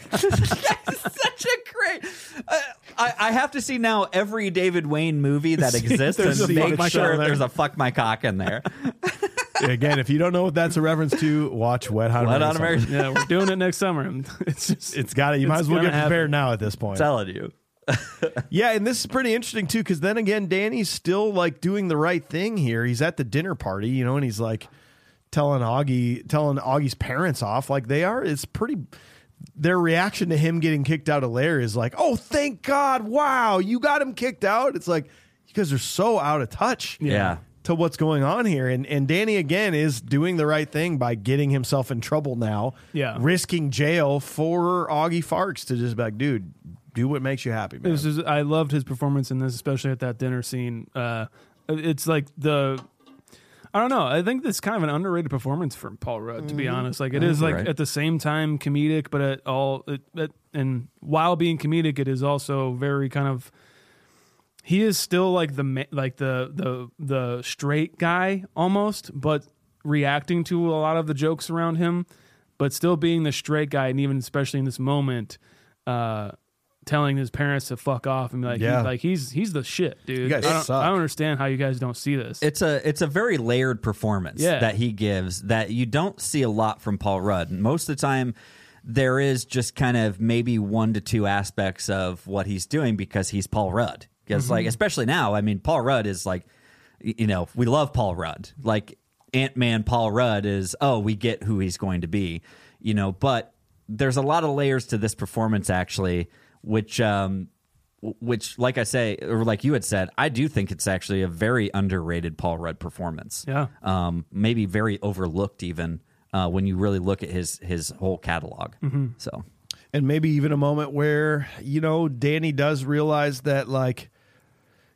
C: Such a great I I, I have to see now every David Wayne
A: *laughs*
C: movie that exists
A: there's
C: and
A: a fuck
C: make
A: my
C: sure
A: cock there.
C: there's a fuck my cock
A: *laughs*
C: in there.
A: Again, if you don't know what that's a reference to, watch Wet Hot
C: Let
A: American
C: on
A: Summer.
C: American
B: yeah, we're doing it next summer. *laughs* It's just
A: It's got it. You might
B: It's
A: as well get
B: gonna happen.
A: prepared now at this point.
C: telling you.
A: Yeah, and this is pretty interesting too, because then again, Danny's still like doing the right thing here. He's at the dinner party, you know, and he's like telling Augie, telling Augie's parents off. Like they are, it's pretty. Their reaction to him getting kicked out of Lair is like, "Oh, thank God! Wow, you got him kicked out." It's like you guys are so out of touch
C: Yeah.
A: to what's going on here. And and Danny again is doing the right thing by getting himself in trouble now.
B: Yeah.
A: risking jail for Augie Farks to just be like, dude, do what makes you happy, man.
B: It was just, I loved his performance in this, especially at that dinner scene. Uh, it's like the. I don't know. I think this is kind of an underrated performance from Paul Rudd, to be honest. Like it is like
C: right.
B: at the same time comedic, but at all, it, it, and while being comedic, it is also very kind of. He is still like the ma- like the the the straight guy almost, but reacting to a lot of the jokes around him, but still being the straight guy, and even especially in this moment, uh, telling his parents to fuck off and be like, he-
A: Yeah.
B: like he's he's the shit, dude.
A: guys
B: I, don't,
A: suck.
B: I don't understand how you guys don't see this.
C: It's a it's a very layered performance
B: Yeah.
C: that he gives that you don't see a lot from Paul Rudd. Most of the time there is just kind of maybe one to two aspects of what he's doing because he's Paul Rudd. Because like especially now, I mean Paul Rudd is like y- you know, we love Paul Rudd. Like Ant Man Paul Rudd is oh, we get who he's going to be, you know, but there's a lot of layers to this performance actually, which um which like i say or like you had said i do think it's actually a very underrated paul rudd performance
B: Yeah.
C: um maybe very overlooked even uh when you really look at his his whole catalog
A: Mm-hmm.
C: so
A: and maybe even a moment where you know Danny does realize that like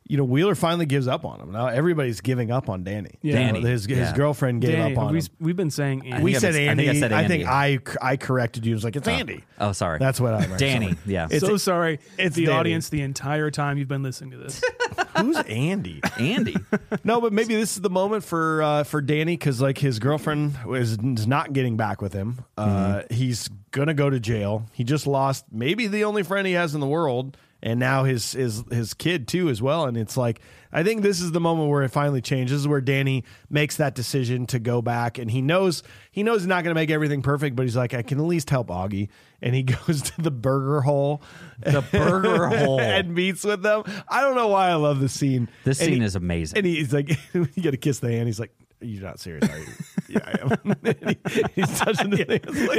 A: you know Wheeler finally gives up on him. Now everybody's giving up on Danny.
B: Yeah.
C: Danny,
A: his his
C: yeah.
A: girlfriend gave
B: Danny,
A: up on
B: we,
A: him.
B: We've been saying
C: I
A: We
C: think
A: said
C: I
A: Andy.
C: mis- I think I said
A: I think
C: Andy.
A: I I corrected you. It was like it's Andy.
C: oh sorry
A: That's what I
C: *laughs*
A: meant.
C: danny yeah
A: It's-
B: so sorry.
A: it's
B: the
A: Danny.
B: audience the entire time you've been listening
A: *laughs*
B: to this. *laughs*
A: Sorry. Who's
C: *laughs*
A: Andy?
C: andy
A: no, but maybe this is the moment for uh, for Danny because like his girlfriend is, is not getting back with him.
C: Mm-hmm.
A: Uh, He's gonna go to jail. He just lost maybe the only friend he has in the world, and now his his his kid too as well. And it's like I think this is the moment where it finally changes. This is where Danny makes that decision to go back, and he knows he knows he's not going to make everything perfect, but he's like, I can at least help Augie. And he *laughs* goes to the burger hole, *laughs* the
C: burger hole.
A: and meets with them. I don't know why I love this scene.
C: This
A: And
C: scene
A: he-
C: is amazing.
A: and he's like, *laughs* "You got to kiss the hand." He's like, "You're not serious, are you?" yeah, I am. *laughs* And he- he's touching the hand,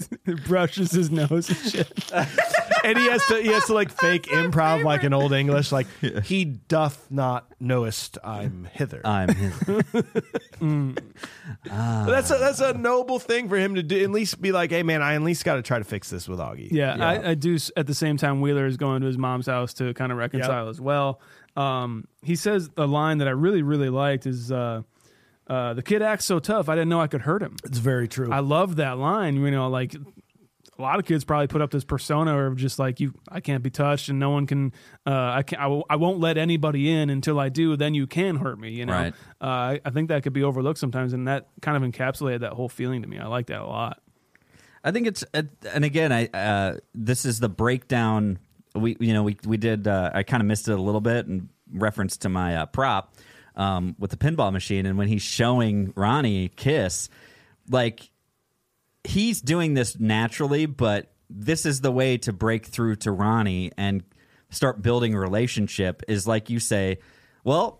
B: yeah, *laughs* it brushes his nose and shit.
A: and he has to he has to like fake improv like in old English, like he doth not knowest I'm hither.
C: I'm
A: *laughs* But that's a, that's a noble thing for him to do. At least be like, "Hey, man, I at least got to try to fix this with Augie."
B: Yeah, I, I do. s- At the same time, Wheeler is going to his mom's house to kind of reconcile as well. Um, he says a line that I really, really liked is uh, uh, "The kid acts so tough, I didn't know I could hurt him."
A: it's very true.
B: I love that line. You know, like a lot of kids probably put up this persona of just like you, I can't be touched, and no one can. Uh, I can. I, w- I won't let anybody in until I do. Then you can hurt me. You know.
C: Right.
B: Uh, I- I think that could be overlooked sometimes, and that kind of encapsulated that whole feeling to me. I like that a lot.
C: I think it's uh, and again I uh, this is the breakdown we you know we we did uh, I kind of missed it a little bit in reference to my uh, prop um, with the pinball machine and when he's showing Ronnie kiss like he's doing this naturally but this is the way to break through to Ronnie and start building a relationship is like you say well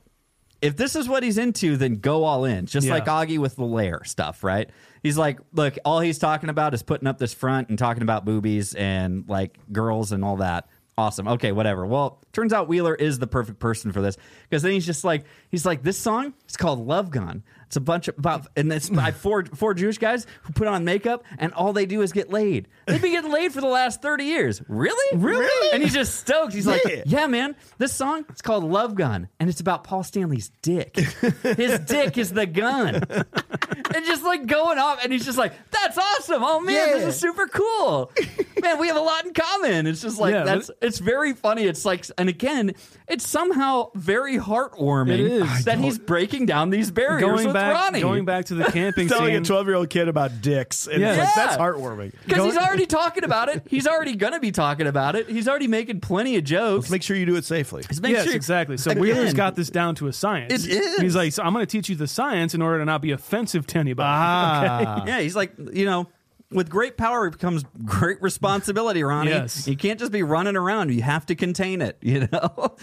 C: if this is what he's into, then go all in. Just
B: Yeah.
C: like Augie with the lair stuff, right? He's like, look, all he's talking about is putting up this front and talking about boobies and like girls and all that. Awesome. Okay, whatever. Well, turns out Wheeler is the perfect person for this because then he's just like, he's like, this song is called Love Gone. It's a bunch of about, and it's by four four Jewish guys who put on makeup and all they do is get laid. They've been getting laid for the last thirty years. Really, really. And he's just stoked. He's like, yeah, man. This song it's called Love Gun and it's about Paul Stanley's dick. His dick is the gun. and just like going off, and he's just like, that's awesome. Oh man,
A: Yeah.
C: this is super cool. Man, we have a lot in common. It's just like
B: Yeah,
C: that's it's very funny. It's like, and again, it's somehow very heartwarming
B: It is.
C: that he's breaking down these barriers
B: Going
C: with
B: back,
C: Ronnie.
B: going back to the camping
A: telling a
B: scene.
A: twelve year old kid about dicks, and it's
B: Yeah.
A: like,
C: Yeah.
A: that's heartwarming.
C: because he's
B: going-
C: already talking about it. He's already gonna be talking about it. He's already making plenty of jokes.
A: Let's make sure you do it safely.
C: Just make
B: yes,
C: sure-
B: exactly. So
C: Again,
B: Wheeler's got this down to a science.
C: It is.
B: He's like, so I'm going to teach you the science in order to not be offensive to anybody.
A: Ah,
C: Yeah, he's like, you know, with great power comes great responsibility, Ronnie.
B: Yes.
C: You can't just be running around. You have to contain it, *laughs* you know?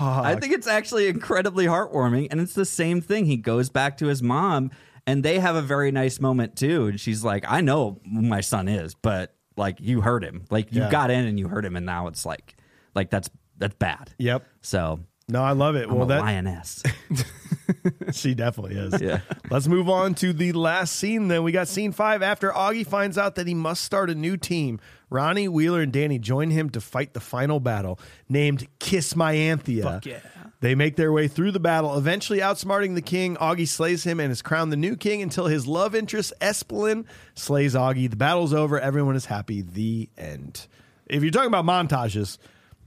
C: I think it's actually incredibly heartwarming. And it's the same thing. He goes back to his mom, and they have a very nice moment, too. And she's like, I know who my son is, but like, you hurt him. Like, you
A: Yeah.
C: got in and you hurt him. And now it's like, like, that's that's bad.
A: Yep.
C: So.
A: no, I love it.
C: I'm
A: well,
C: a
A: that *laughs*
C: lioness.
A: She definitely is.
C: Yeah.
A: Let's move on to the last scene then. We got scene five after Augie finds out that he must start a new team. Ronnie, Wheeler, and Danny join him to fight the final battle named Kiss Myanthia.
B: Fuck yeah.
A: They make their way through the battle, eventually outsmarting the king. Augie slays him and is crowned the new king until his love interest, Espelin, slays Augie. The battle's over. Everyone is happy. The end. If you're talking about montages,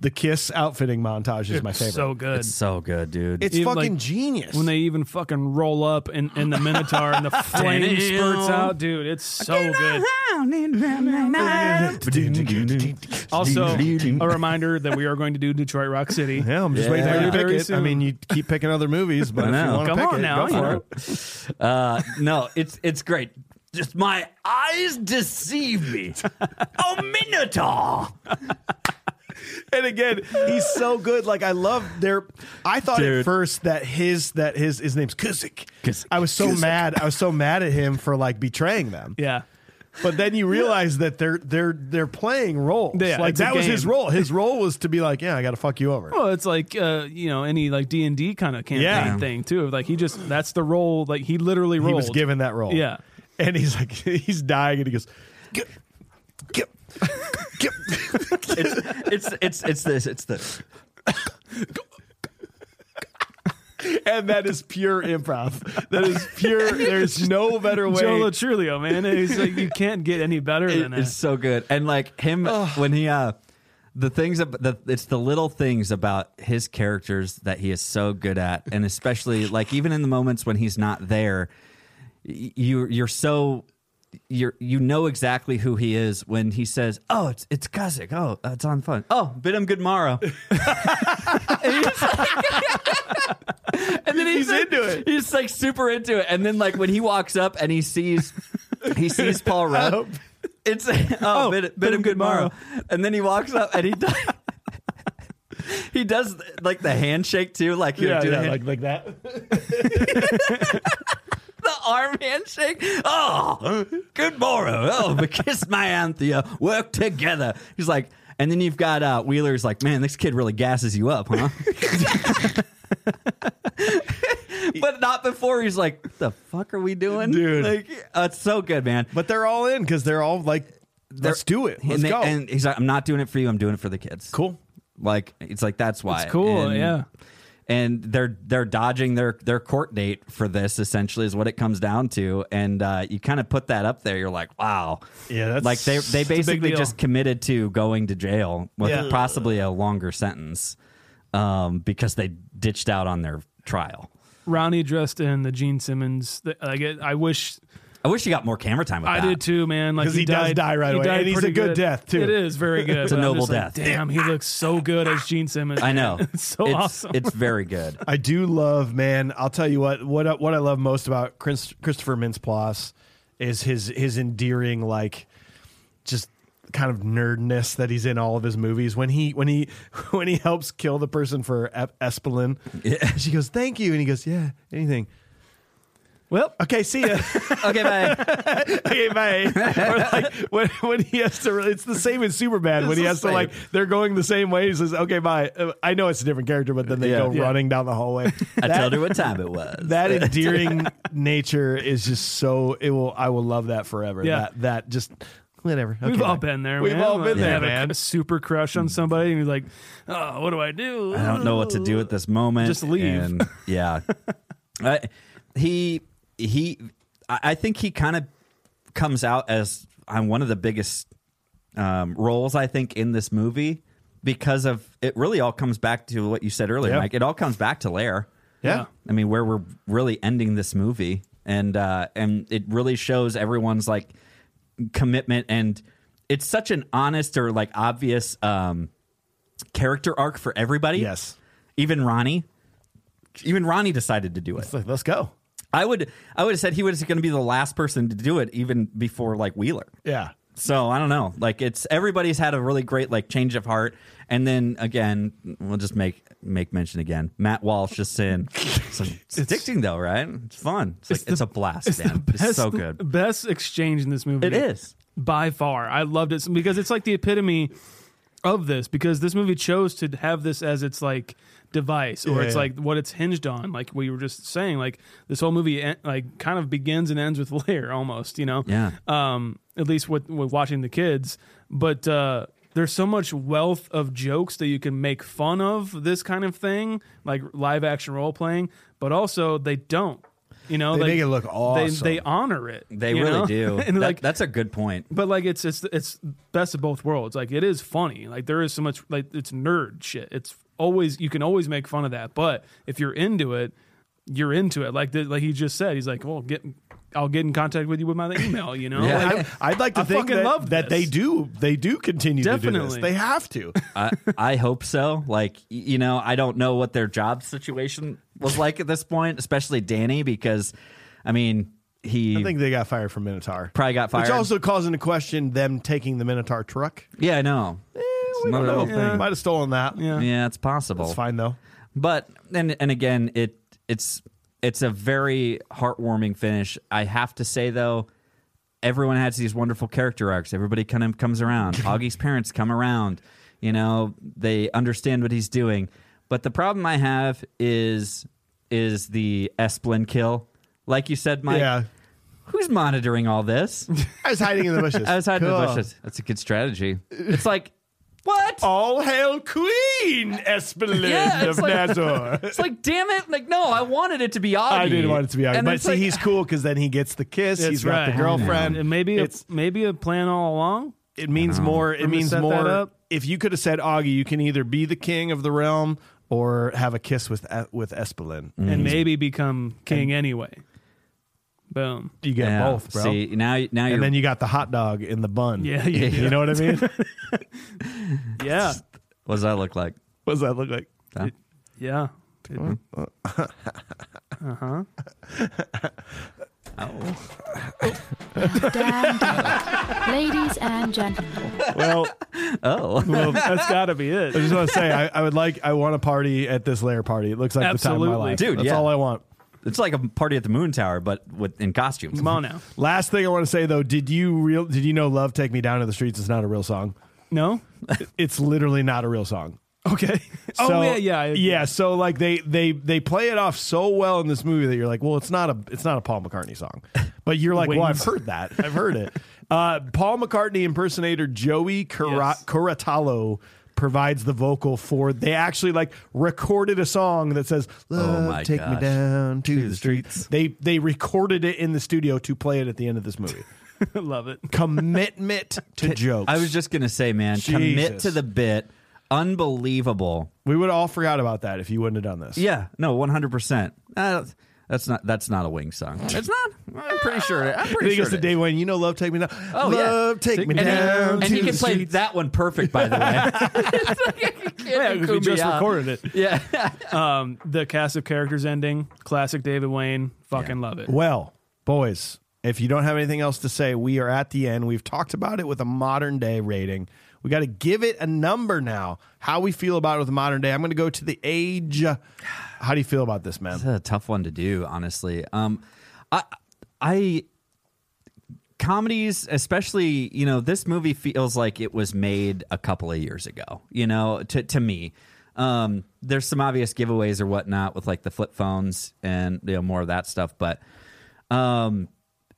A: the kiss outfitting montage is my favorite.
B: So good.
C: it's so good, dude.
A: it's
B: Even,
A: fucking
B: like,
A: genius.
B: when they even fucking roll up and, and the Minotaur
A: *laughs*
B: and the flame
C: Damn.
B: spurts out, dude. It's so good.
A: *laughs*
B: Also, a reminder that we are going to do Detroit Rock
A: *laughs*
B: City.
A: Yeah, I'm just waiting for you to pick
B: Very
A: it. I
B: soon.
A: mean, you keep picking other movies, but
C: I
A: if you
C: know.
A: want to
B: Come
A: pick
B: on
A: it,
B: now,
A: go
B: you
A: for
B: know.
A: it.
C: Uh, no, it's it's great. Just my eyes deceive me. Oh, Minotaur!
A: And again, he's so good. Like I love their. I thought at
C: Dude.
A: first that his that his his name's Kuzik.
C: Kuzik.
A: I was so mad. I was so mad at him for like betraying them.
B: Yeah.
A: But then you realize that they're they're they're playing roles.
B: Yeah,
A: like
B: it's a
A: that was
B: game.
A: his role. *laughs* His role was to be like, yeah, I got to fuck you over.
B: Well, it's like uh, you know any like D and D kind of campaign
A: Yeah.
B: thing too. Like he just that's the role. Like he literally rolled.
A: He was given that role.
B: Yeah.
A: and he's like, *laughs* he's dying, and he goes, "Get- get- get."
C: It's it's it's this. It's the
A: and that is pure improv. That is pure. There's no better way.
B: Joe Latrulio, man. He's like, you can't get any better than that.
C: It's so good. And like him when he uh the things ab- the it's the little things about his characters that he is so good at and especially like even in the moments when he's not there y- you you're so you you know exactly who he is when he says, "Oh, it's it's Guzik. Oh, it's on fun. Oh, bid him good morrow." and, he's like- *laughs* And then he's, into it. He's like super into it. And then like when he walks up and he sees he sees Paul *laughs* Rudd, it's oh, bid, bid, him good morrow. And then he walks up and he does. *laughs* He does like the handshake too, like he would do the hand-
B: like that.
C: the arm handshake. Oh, good morrow. Oh, but kiss my Anthea. Work together. He's like, and then you've got uh, Wheeler's like, man, this kid really gasses you
A: *laughs*
C: up, huh? but not before he's like, the fuck are we doing,
A: Dude.
C: Like, uh, it's so good, man.
A: But they're all in because they're all like, let's do it.
C: And
A: Let's
C: they-
A: go.
C: And he's like, I'm not doing it for you. I'm doing it for the kids.
A: cool.
C: Like it's like that's why
B: It's cool,
C: And-
B: yeah.
C: And they're they're dodging their their court date for this essentially is what it comes down to. And uh, you kind of put that up there. You're like, wow,
A: Yeah, that's-
C: like they they
A: it's a big
C: basically
A: deal.
C: just committed to going to jail with
A: Yeah.
C: possibly a longer sentence um, because they ditched out on their trial.
B: Ronnie dressed in the Gene Simmons. The, like it, I wish
C: I wish you got more camera time with
B: I
C: that.
B: did too, man. Like
A: 'Cause he does
B: died-
A: die right
B: he
A: away,
B: died
A: and he's a
B: pretty
A: good death, too.
B: It is very good.
C: It's a
B: but I'm
C: noble
B: just like,
C: death.
B: Damn, he looks so good as Gene Simmons.
C: I know.
B: *laughs* It's so
C: it's,
B: awesome.
C: It's
B: *laughs*
C: very good.
A: I do love, man. I'll tell you what. What I- what I love most about Chris, Christopher Mintz-Plasse is his his endearing, like, just kind of nerdness that he's in all of his movies. When he when he *laughs* when he helps kill the person for Ep- Espelin, she goes, "Thank you," and he goes, "Yeah, anything."
B: well,
A: Okay, see ya.
C: okay, bye.
A: okay, bye. Or like when, when he has to, it's the same in Superman when
C: It's
A: he
C: the
A: has
C: same.
A: to like they're going the same way. He says, "Okay, bye." Uh, I know it's a different character, but then they
C: Yeah.
A: go
C: Yeah.
A: running down the
B: *laughs*
A: hallway.
C: I told her what time it was.
A: that endearing nature is just so it will I will love that forever.
B: Yeah.
A: That that just whatever.
B: We've
A: Okay,
B: all
A: bye.
B: been there.
A: We've
B: man.
A: all been
B: Like,
A: there,
B: have a-
A: man.
B: A super crush on somebody, and you're like, "Oh, what do I do?
C: I don't know what to do at this moment.
B: Just leave.
C: And, yeah. I, he he. I I think he kind of comes out as on one of the biggest um, roles I think in this movie because of it. Really, all comes back to what you said earlier,
A: Yeah.
C: Mike. It all comes back to Lair.
A: Yeah.
C: I mean, where we're really ending this movie, and uh, and it really shows everyone's like commitment, and it's such an honest or like obvious um, character arc for everybody.
A: Yes.
C: even Ronnie, even Ronnie decided to do it.
A: It's like let's go.
C: I would I would have said he was going to be the last person to do it, even before like Wheeler.
A: Yeah.
C: So I don't know. Like it's everybody's had a really great like change of heart, and then again, we'll just make make mention again. Matt Walsh just in.
B: *laughs*
C: It's, it's addicting though, right? It's fun. It's, like, it's a blast, man. it's so good.
B: Best exchange in this movie.
C: It is.
B: by far. I loved it because it's like the epitome of this because this movie chose to have this as its like device or
A: Yeah,
B: it's
A: yeah.
B: like what it's hinged on like we were just saying like this whole movie en- like kind of begins and ends with *laughs* Lair almost you know
C: Yeah.
B: um at least with, with watching the kids but uh there's so much wealth of jokes that you can make fun of this kind of thing like live action role playing but also they don't you know
A: They
B: like,
A: make it look awesome.
B: they, they honor it
C: They
B: you
C: really
B: know? *laughs*
C: do.
B: and
C: That-
B: like
C: that's a good point.
B: but like it's it's it's best of both worlds. Like it is funny. Like there is so much like it's nerd shit. It's always you can always make fun of that. But if you're into it, you're into it. Like the, like he just said, he's like, well, get I'll get in contact with you with my email. You know,
C: Yeah.
B: Like,
A: I, I'd like to
B: I
A: think
B: fucking
A: that,
B: love
A: that
B: this.
A: they do they do continue to do
B: Definitely.
A: this. They have to.
C: I, I hope so. Like, y- you know, I don't know what their job situation was like at this point, especially Danny, because, I mean, he
A: I think they got fired from Minotaur.
C: probably got fired.
A: Which also calls into question them taking the Minotaur truck.
C: yeah, I know.
A: Eh,
C: *laughs* It's another
A: No,
C: whole thing.
A: Might have stolen that.
B: yeah.
C: Yeah, it's possible.
A: It's fine though.
C: But and and again, it it's it's a very heartwarming finish. I have to say though, everyone has these wonderful character arcs. Everybody kind of
A: *laughs*
C: comes around. Augie's parents come around. You know, they understand what he's doing. But the problem I have is is the Esplin kill. Like you said, Mike,
A: yeah.
C: who's monitoring
A: *laughs*
C: all this?
A: I was hiding in the bushes.
C: *laughs* I was hiding in the
A: Cool. Oh.
C: bushes. That's a good strategy. It's like
A: *laughs*
C: what?
A: All hail Queen Espelin
C: Yeah,
A: of
C: it's like-
A: Nazor.
C: *laughs* It's like, damn it! Like, no, I wanted it to be Augie.
A: I didn't want it to be out.
C: And
A: But
C: it's
A: see,
C: like-
A: he's cool because then he gets the kiss. *laughs*
B: That's
A: He's got
B: right.
A: the girlfriend.
B: And maybe a,
A: it's
B: maybe a plan all along.
A: it means more. It
B: Remember to
A: means
B: set that
A: more.
B: up?
A: If you could have said Augie, you can either be the king of the realm
C: Mm.
A: or have a kiss with with uh, Espelin.
B: and maybe become king anyway. Boom.
A: You get
C: Yeah.
A: both, bro.
C: See now, now you're
A: and then you got the hot dog in the bun.
B: Yeah, you do.
A: you know what I
C: *laughs*
A: mean?
B: Yeah.
C: what does that look like?
A: what does that look like?
B: Yeah.
A: *laughs*
D: Damn dog. Ladies and gentlemen,
B: Well,
C: Oh,
B: well that's got to be it.
A: I *laughs* just want to say I, I would like I want a party at this lair party. It looks like the time of my
B: Absolutely.
A: life.
C: Dude,
A: That's
C: yeah.
A: all I want.
C: it's like a party at the Moon Tower, but with in costumes.
B: Come on now.
A: Last thing I want to say though, did you real did you know Love Take Me Down to the Streets is not a real song?
B: No?
A: It's literally not a real song.
B: *laughs* Okay. Oh,
A: So-
B: yeah, yeah. I-
A: yeah. So like they they they play it off so well in this movie that you're like, well, it's not a it's not a Paul McCartney song, but you're like, well, I've
B: Wings.
A: heard that, I've heard it. Uh, Paul McCartney impersonator Joey Cara-
B: Yes.
A: Corratalo provides the vocal for. They actually like recorded a song that says, "Love,
C: my
A: take me
C: gosh.
A: down to, the streets." They they recorded it in the studio to play it at the end of this movie.
B: *laughs* Love it.
A: Commitment to jokes.
C: I was just gonna say, man, commit
A: Jesus.
C: to the bit. Unbelievable.
A: we would have all forgot about that if you wouldn't have done this.
C: Yeah, no, one hundred percent. Uh, That's not that's not a wing song. It's not. I'm pretty sure.
A: I
C: I'm pretty
A: think
C: sure.
A: it's the
C: it
A: day
C: is.
A: when you know love take me down.
C: Oh, yeah.
A: love take, me
C: And,
A: down.
C: and
A: to
C: you
A: the
C: can play
A: streets.
C: that one perfect, by the
A: *laughs*
C: way.
B: Yeah, because we just
C: Kumbaya.
B: recorded it.
C: yeah. *laughs*
B: Um, the cast of characters ending, classic David Wayne. Fucking love it.
A: Well, boys, if you don't have anything else to say, we are at the end. We've talked about it with a modern day rating. We got to give it a number now. How we feel about it with modern day. I'm going to go to the age. How do you feel about this, man?
C: That's a tough one to do, honestly. Um, I, I, comedies, especially, you know, this movie feels like it was made a couple of years ago. You know, to to me, um, there's some obvious giveaways or whatnot with like the flip phones and you know more of that stuff, but, um,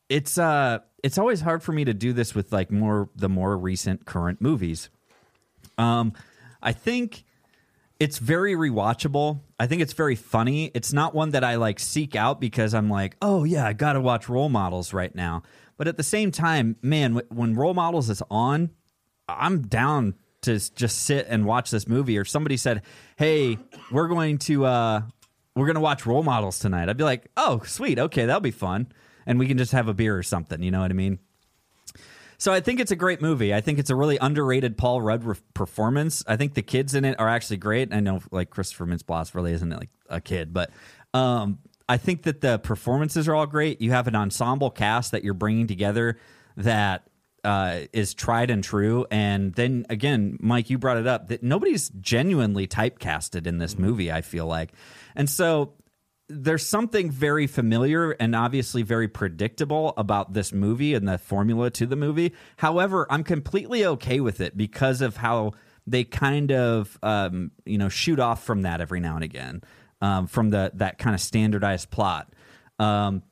C: it's uh, it's always hard for me to do this with like more the more recent current movies. Um, I think it's very rewatchable. I think it's very funny. It's not one that I like seek out because I'm like, oh yeah, I gotta watch Role Models right now. But at the same time, man, wh- when Role Models is on, I'm down to s- just sit and watch this movie. Or somebody said, hey, we're going to uh, we're gonna watch Role Models tonight. I'd be like, oh sweet, okay, that'll be fun, and we can just have a beer or something. You know what I mean? So I think it's a great movie. I think it's a really underrated Paul Rudd re- performance. I think the kids in it are actually great. I know like Christopher Mintz-Plasse really isn't like a kid, but um, I think that the performances are all great. You have an ensemble cast that you're bringing together that uh, is tried and true. And then again, Mike, you brought it up that nobody's genuinely typecasted in this movie. I feel like, and so there's something very familiar and obviously very predictable about this movie and the formula to the movie. However, I'm completely okay with it because of how they kind of um, you know shoot off from that every now and again um, from the that kind of standardized plot. Um,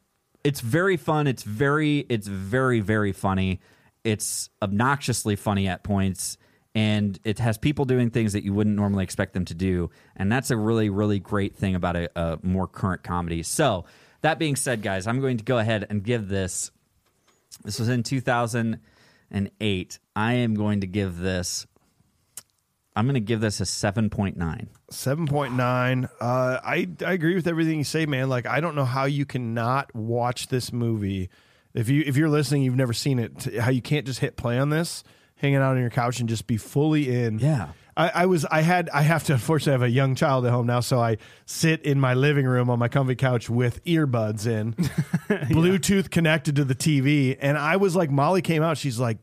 C: it's very fun. It's very it's very very funny. It's obnoxiously funny at points and it has people doing things that you wouldn't normally expect them to do and that's a really really great thing about a, a more current comedy so that being said guys i'm going to go ahead and give this this was in 2008 i am going to give this i'm going to give this a 7.9
A: Seven point nine. Uh, I I agree with everything you say, man. Like I don't know how you cannot watch this movie. If you if you're listening, you've never seen it. t- How you can't just hit play on this, hanging out on your couch and just be fully in.
C: Yeah.
A: I, I was I had I have to *laughs* unfortunately have a young child at home now, so I sit in my living room on my comfy couch with earbuds in, Bluetooth connected to the TV, and I was like, Molly came out, she's like,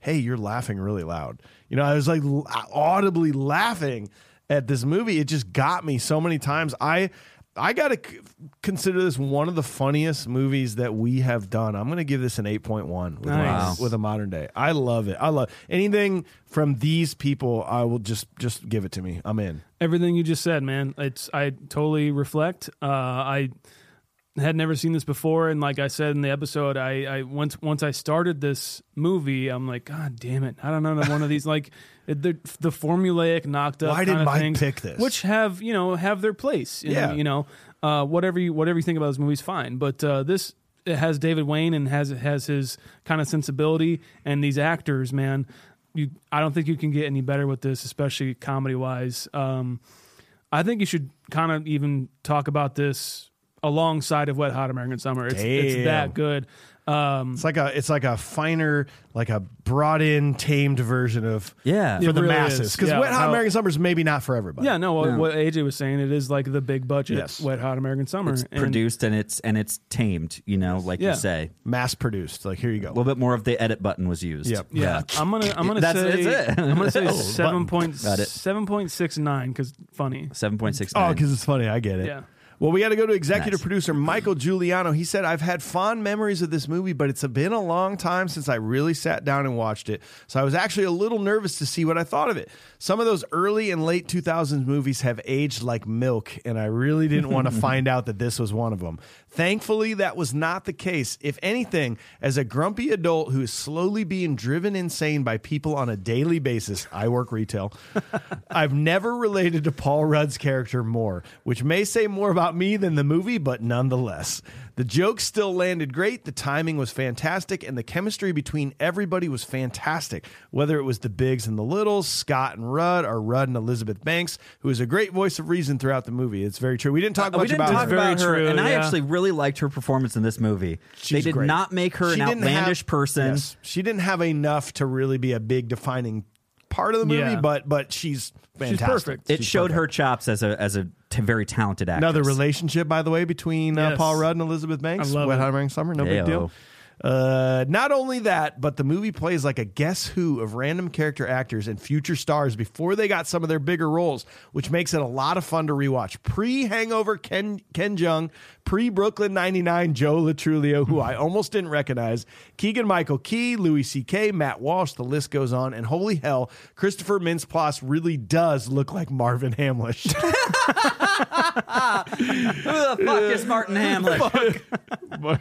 A: "Hey, you're laughing really loud." You know, I was like l- audibly laughing at this movie. It just got me so many times. I I gotta c- consider this one of the funniest movies that we have done. I'm gonna give this an 8.1 with,
B: Nice.
A: my, with a modern day. I love it. I love anything from these people. I will just just give it to me. I'm in.
B: Everything you just said, man. It's I totally reflect. Uh, I had never seen this before, and like I said in the episode, I, I once once I started this movie, I'm like, God damn it! I don't know one of these like the the formulaic knocked up.
A: Why did
B: kind of
A: Mike
B: things,
A: pick this?
B: Which have you know have their place. You
A: Yeah.
B: know, you know uh, whatever you whatever you think about this movie's fine, but uh, this it has David Wayne and has has his kind of sensibility and these actors, man. You, I don't think you can get any better with this, especially comedy wise. Um, I think you should kind of even talk about this alongside of Wet Hot American Summer. It's, it's
A: Damn.
B: that good. Um,
A: It's like a it's like a finer, like a brought in tamed version of
C: Yeah.
A: for
B: It
A: the
B: really
A: masses.
B: is.
A: Because
B: Yeah,
A: Wet Hot
B: how-
A: American Summer is maybe not for everybody.
B: yeah, no, what, what AJ was saying, it is like the big budget
A: Yes.
B: Wet Hot American Summer.
C: It's
B: And-
C: produced and it's and it's tamed, you know, like
B: Yeah.
C: you say.
A: mass produced. Like here you go.
C: A little bit more of the edit button was used.
A: Yep.
B: Yeah, I'm gonna I'm gonna
C: That's-
B: say
C: that's it.
B: I'm gonna say
C: *laughs* Oh,
B: seven point
C: Got it.
B: seven point six nine because funny.
C: Seven point six
A: Oh,
C: nine.
A: because it's funny. I get it.
B: Yeah.
A: Well, we got to go to executive
C: Nice.
A: producer Michael Giuliano. He said, I've had fond memories of this movie, but it's been a long time since I really sat down and watched it. So I was actually a little nervous to see what I thought of it. Some of those early and late 2000s movies have aged like milk, and I really didn't want to *laughs* find out that this was one of them. Thankfully, that was not the case. If anything, as a grumpy adult who is slowly being driven insane by people on a daily basis, I work retail. *laughs* I've never related to Paul Rudd's character more, which may say more about me than the movie, but nonetheless. The jokes still landed great, the timing was fantastic, and the chemistry between everybody was fantastic. Whether it was the Bigs and the Littles, Scott and Rudd, or Rudd and Elizabeth Banks, who is a great voice of reason throughout the movie. It's very true. We didn't talk
C: Uh, we
A: much
C: didn't
A: about
C: talk
A: her.
C: about
B: Very
C: her,
B: true,
C: and I
B: yeah.
C: actually really liked her performance in this movie.
A: She
C: they
A: was
C: did
A: great.
C: not make her
A: She
C: an
A: didn't have-
C: outlandish person.
A: Yes. she didn't have enough to really be a big defining part of the movie,
B: Yeah.
A: but but she's fantastic.
B: perfect.
C: It
A: She's
C: showed
A: perfect.
C: her chops as a as a t- very talented actress.
A: Another relationship, by the way, between uh,
B: Yes.
A: Paul Rudd and Elizabeth Banks.
B: I love
A: Wet
B: it.
A: Hot American Summer, no big
C: Ayo.
A: deal. Uh, not only that, but the movie plays like a guess who of random character actors and future stars before they got some of their bigger roles, which makes it a lot of fun to rewatch. Pre Hangover Ken Ken Jung, pre Brooklyn '99 Joe Latrulio, who
B: *laughs*
A: I almost didn't recognize, Keegan Michael Key, Louis C.K., Matt Walsh. The list goes on, and holy hell, Christopher Mintz-Plasse really does look like Marvin *laughs* Hamlish.
C: Who the
A: *laughs*
C: fuck is Martin Hamlin?
A: and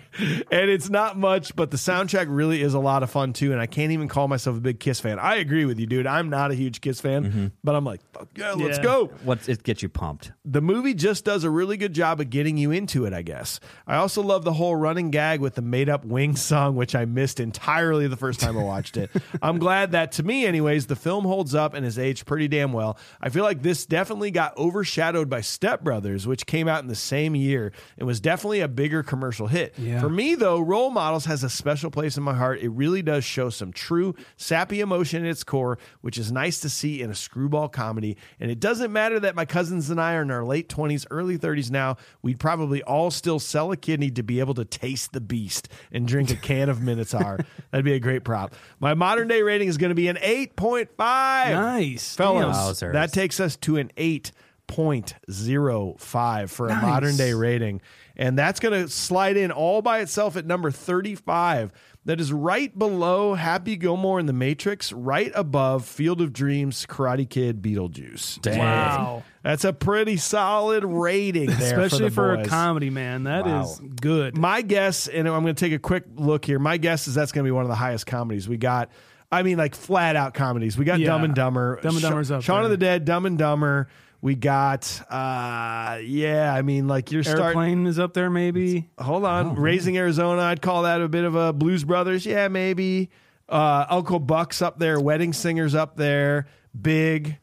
A: it's not much, but the soundtrack really is a lot of fun too. And I can't even call myself a big Kiss fan. I agree with you, dude. I'm not a huge Kiss fan, but I'm like, fuck yeah, let's
B: Mm-hmm. Yeah.
A: go.
C: What's it get you pumped?
A: The movie just does a really good job of getting you into it, I guess. I also love the whole running gag with the made up Wings song, which I missed entirely the first time I watched
B: *laughs*
A: it. I'm glad that, to me, anyways, the film holds up and is aged pretty damn well. I feel like this definitely got overshadowed by Step Brothers, which came out in the same year and was definitely a bigger commercial hit.
B: Yeah.
A: For me, though, Role Models has a special place in my heart. It really does show some true sappy emotion at its core, which is nice to see in a screwball comedy. And it doesn't matter that my cousins and I are in our late 20s, early 30s now. We'd probably all still sell a kidney to be able to taste the beast and drink a can of Minotaur. That'd be a great prop. My modern day rating is going to be an 8.5.
B: Nice.
A: Fellas,
C: Wowzers.
A: that takes us to an 8.05 for a modern day rating. And that's going to slide in all by itself at number 35. That is right below Happy Gilmore in The Matrix, right above Field of Dreams, Karate Kid, Beetlejuice.
C: Damn.
B: Wow.
A: That's a pretty solid rating there.
B: Especially
A: for,
B: for,
A: the
B: a
A: boys.
B: comedy, man. that is
A: Wow.
B: good.
A: My guess, and I'm going to take a quick look here. My guess is that's going to be one of the highest comedies we got. I mean, like flat out comedies. We got
B: Yeah.
A: Dumb and Dumber,
B: Dumb and Dumber's up
A: Shaun of the
B: there.
A: Dead, Dumb and Dumber. We got, uh, yeah. I mean, like you're starting.
B: Airplane Oh, is up there, maybe.
A: Hold on, Raising Arizona. I'd call that a bit of a Blues Brothers. Yeah, maybe. Uh, Uncle Buck's up there. Wedding Singers up there. Big.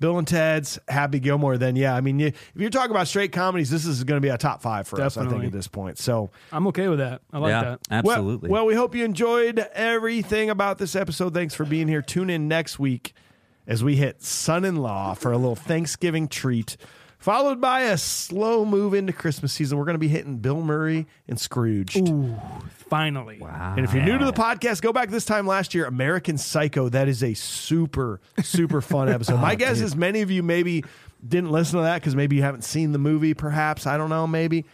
A: Bill and Ted's Happy Gilmore. Then yeah, I mean, you, if you're talking about straight comedies, this is going to be a top five for us. I think
B: Definitely.
A: at this point. So
B: I'm okay with that. I like
C: yeah,
B: that.
A: well-
C: absolutely.
A: Well, we hope you enjoyed everything about this episode. Thanks for being here. Tune in next week as we hit son in law for a little Thanksgiving treat, followed by a slow move into Christmas season. We're going to be hitting Bill Murray and Scrooge.
B: Finally. Wow.
A: And if you're new to the podcast, go back this time last year, American Psycho. That is a super, super fun episode. My guess is many of you maybe didn't listen to that because maybe you haven't seen the movie, perhaps. I don't know, maybe.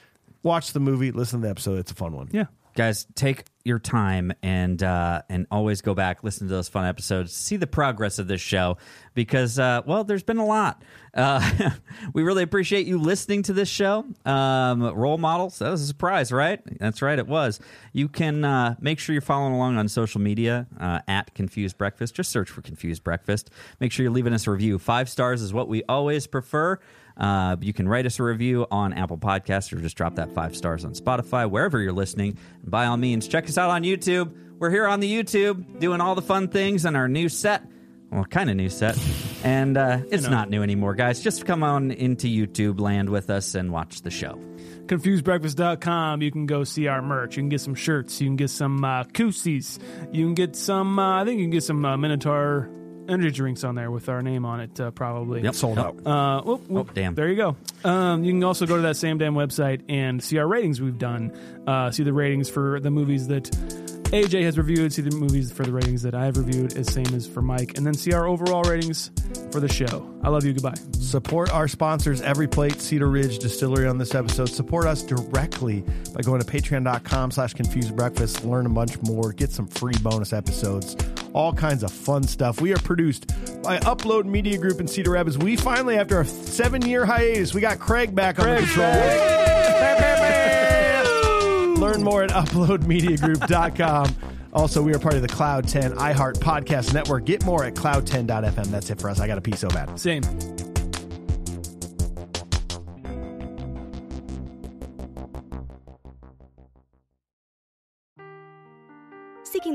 A: Watch the movie, listen to the episode. It's a fun one.
B: Yeah.
C: guys take your time and uh, and always go back listen to those fun episodes see the progress of this show because uh, well there's been a lot uh, *laughs* we really appreciate you listening to this show um, role models that was a surprise right that's right it was you can uh, make sure you're following along on social media uh, at confused breakfast just search for confused breakfast make sure you're leaving us a review five stars is what we always prefer uh, you can write us a review on Apple Podcasts or just drop that five stars on Spotify, wherever you're listening. And by all means, check us out on YouTube. We're here on the YouTube doing all the fun things on our new set. Well, kind of new set. And uh, it's not new anymore, guys. Just come on into YouTube land with us and watch the show.
B: ConfusedBreakfast.com. You can go see our merch. You can get some shirts. You can get some uh, koozies. You can get some, uh, I think you can get some uh, Minotaur energy drinks on there with our name on it, uh, probably.
C: Yep.
A: Sold out.
B: Uh, whoop, whoop.
C: Oh, damn.
B: There you go. Um, you can also go to that same damn website and see our ratings we've done. Uh, see the ratings for the movies that AJ has reviewed. See the movies for the ratings that I've reviewed. As same as for Mike, and then see our overall ratings for the show. I love you. Goodbye.
A: Support our sponsors, Every Plate, Cedar Ridge Distillery on this episode. Support us directly by going to patreon.com slash confused breakfast. Learn a bunch more. Get some free bonus episodes. All kinds of fun stuff. We are produced by Upload Media Group in Cedar Rapids. We finally, after a seven-year hiatus, we got Craig back on the controls. Learn more at uploadmediagroup.com. Also, we are part of the Cloud 10 iHeart Podcast Network. Get more at cloud10.fm. That's it for us. I got to pee so bad.
B: Same.
H: Seeking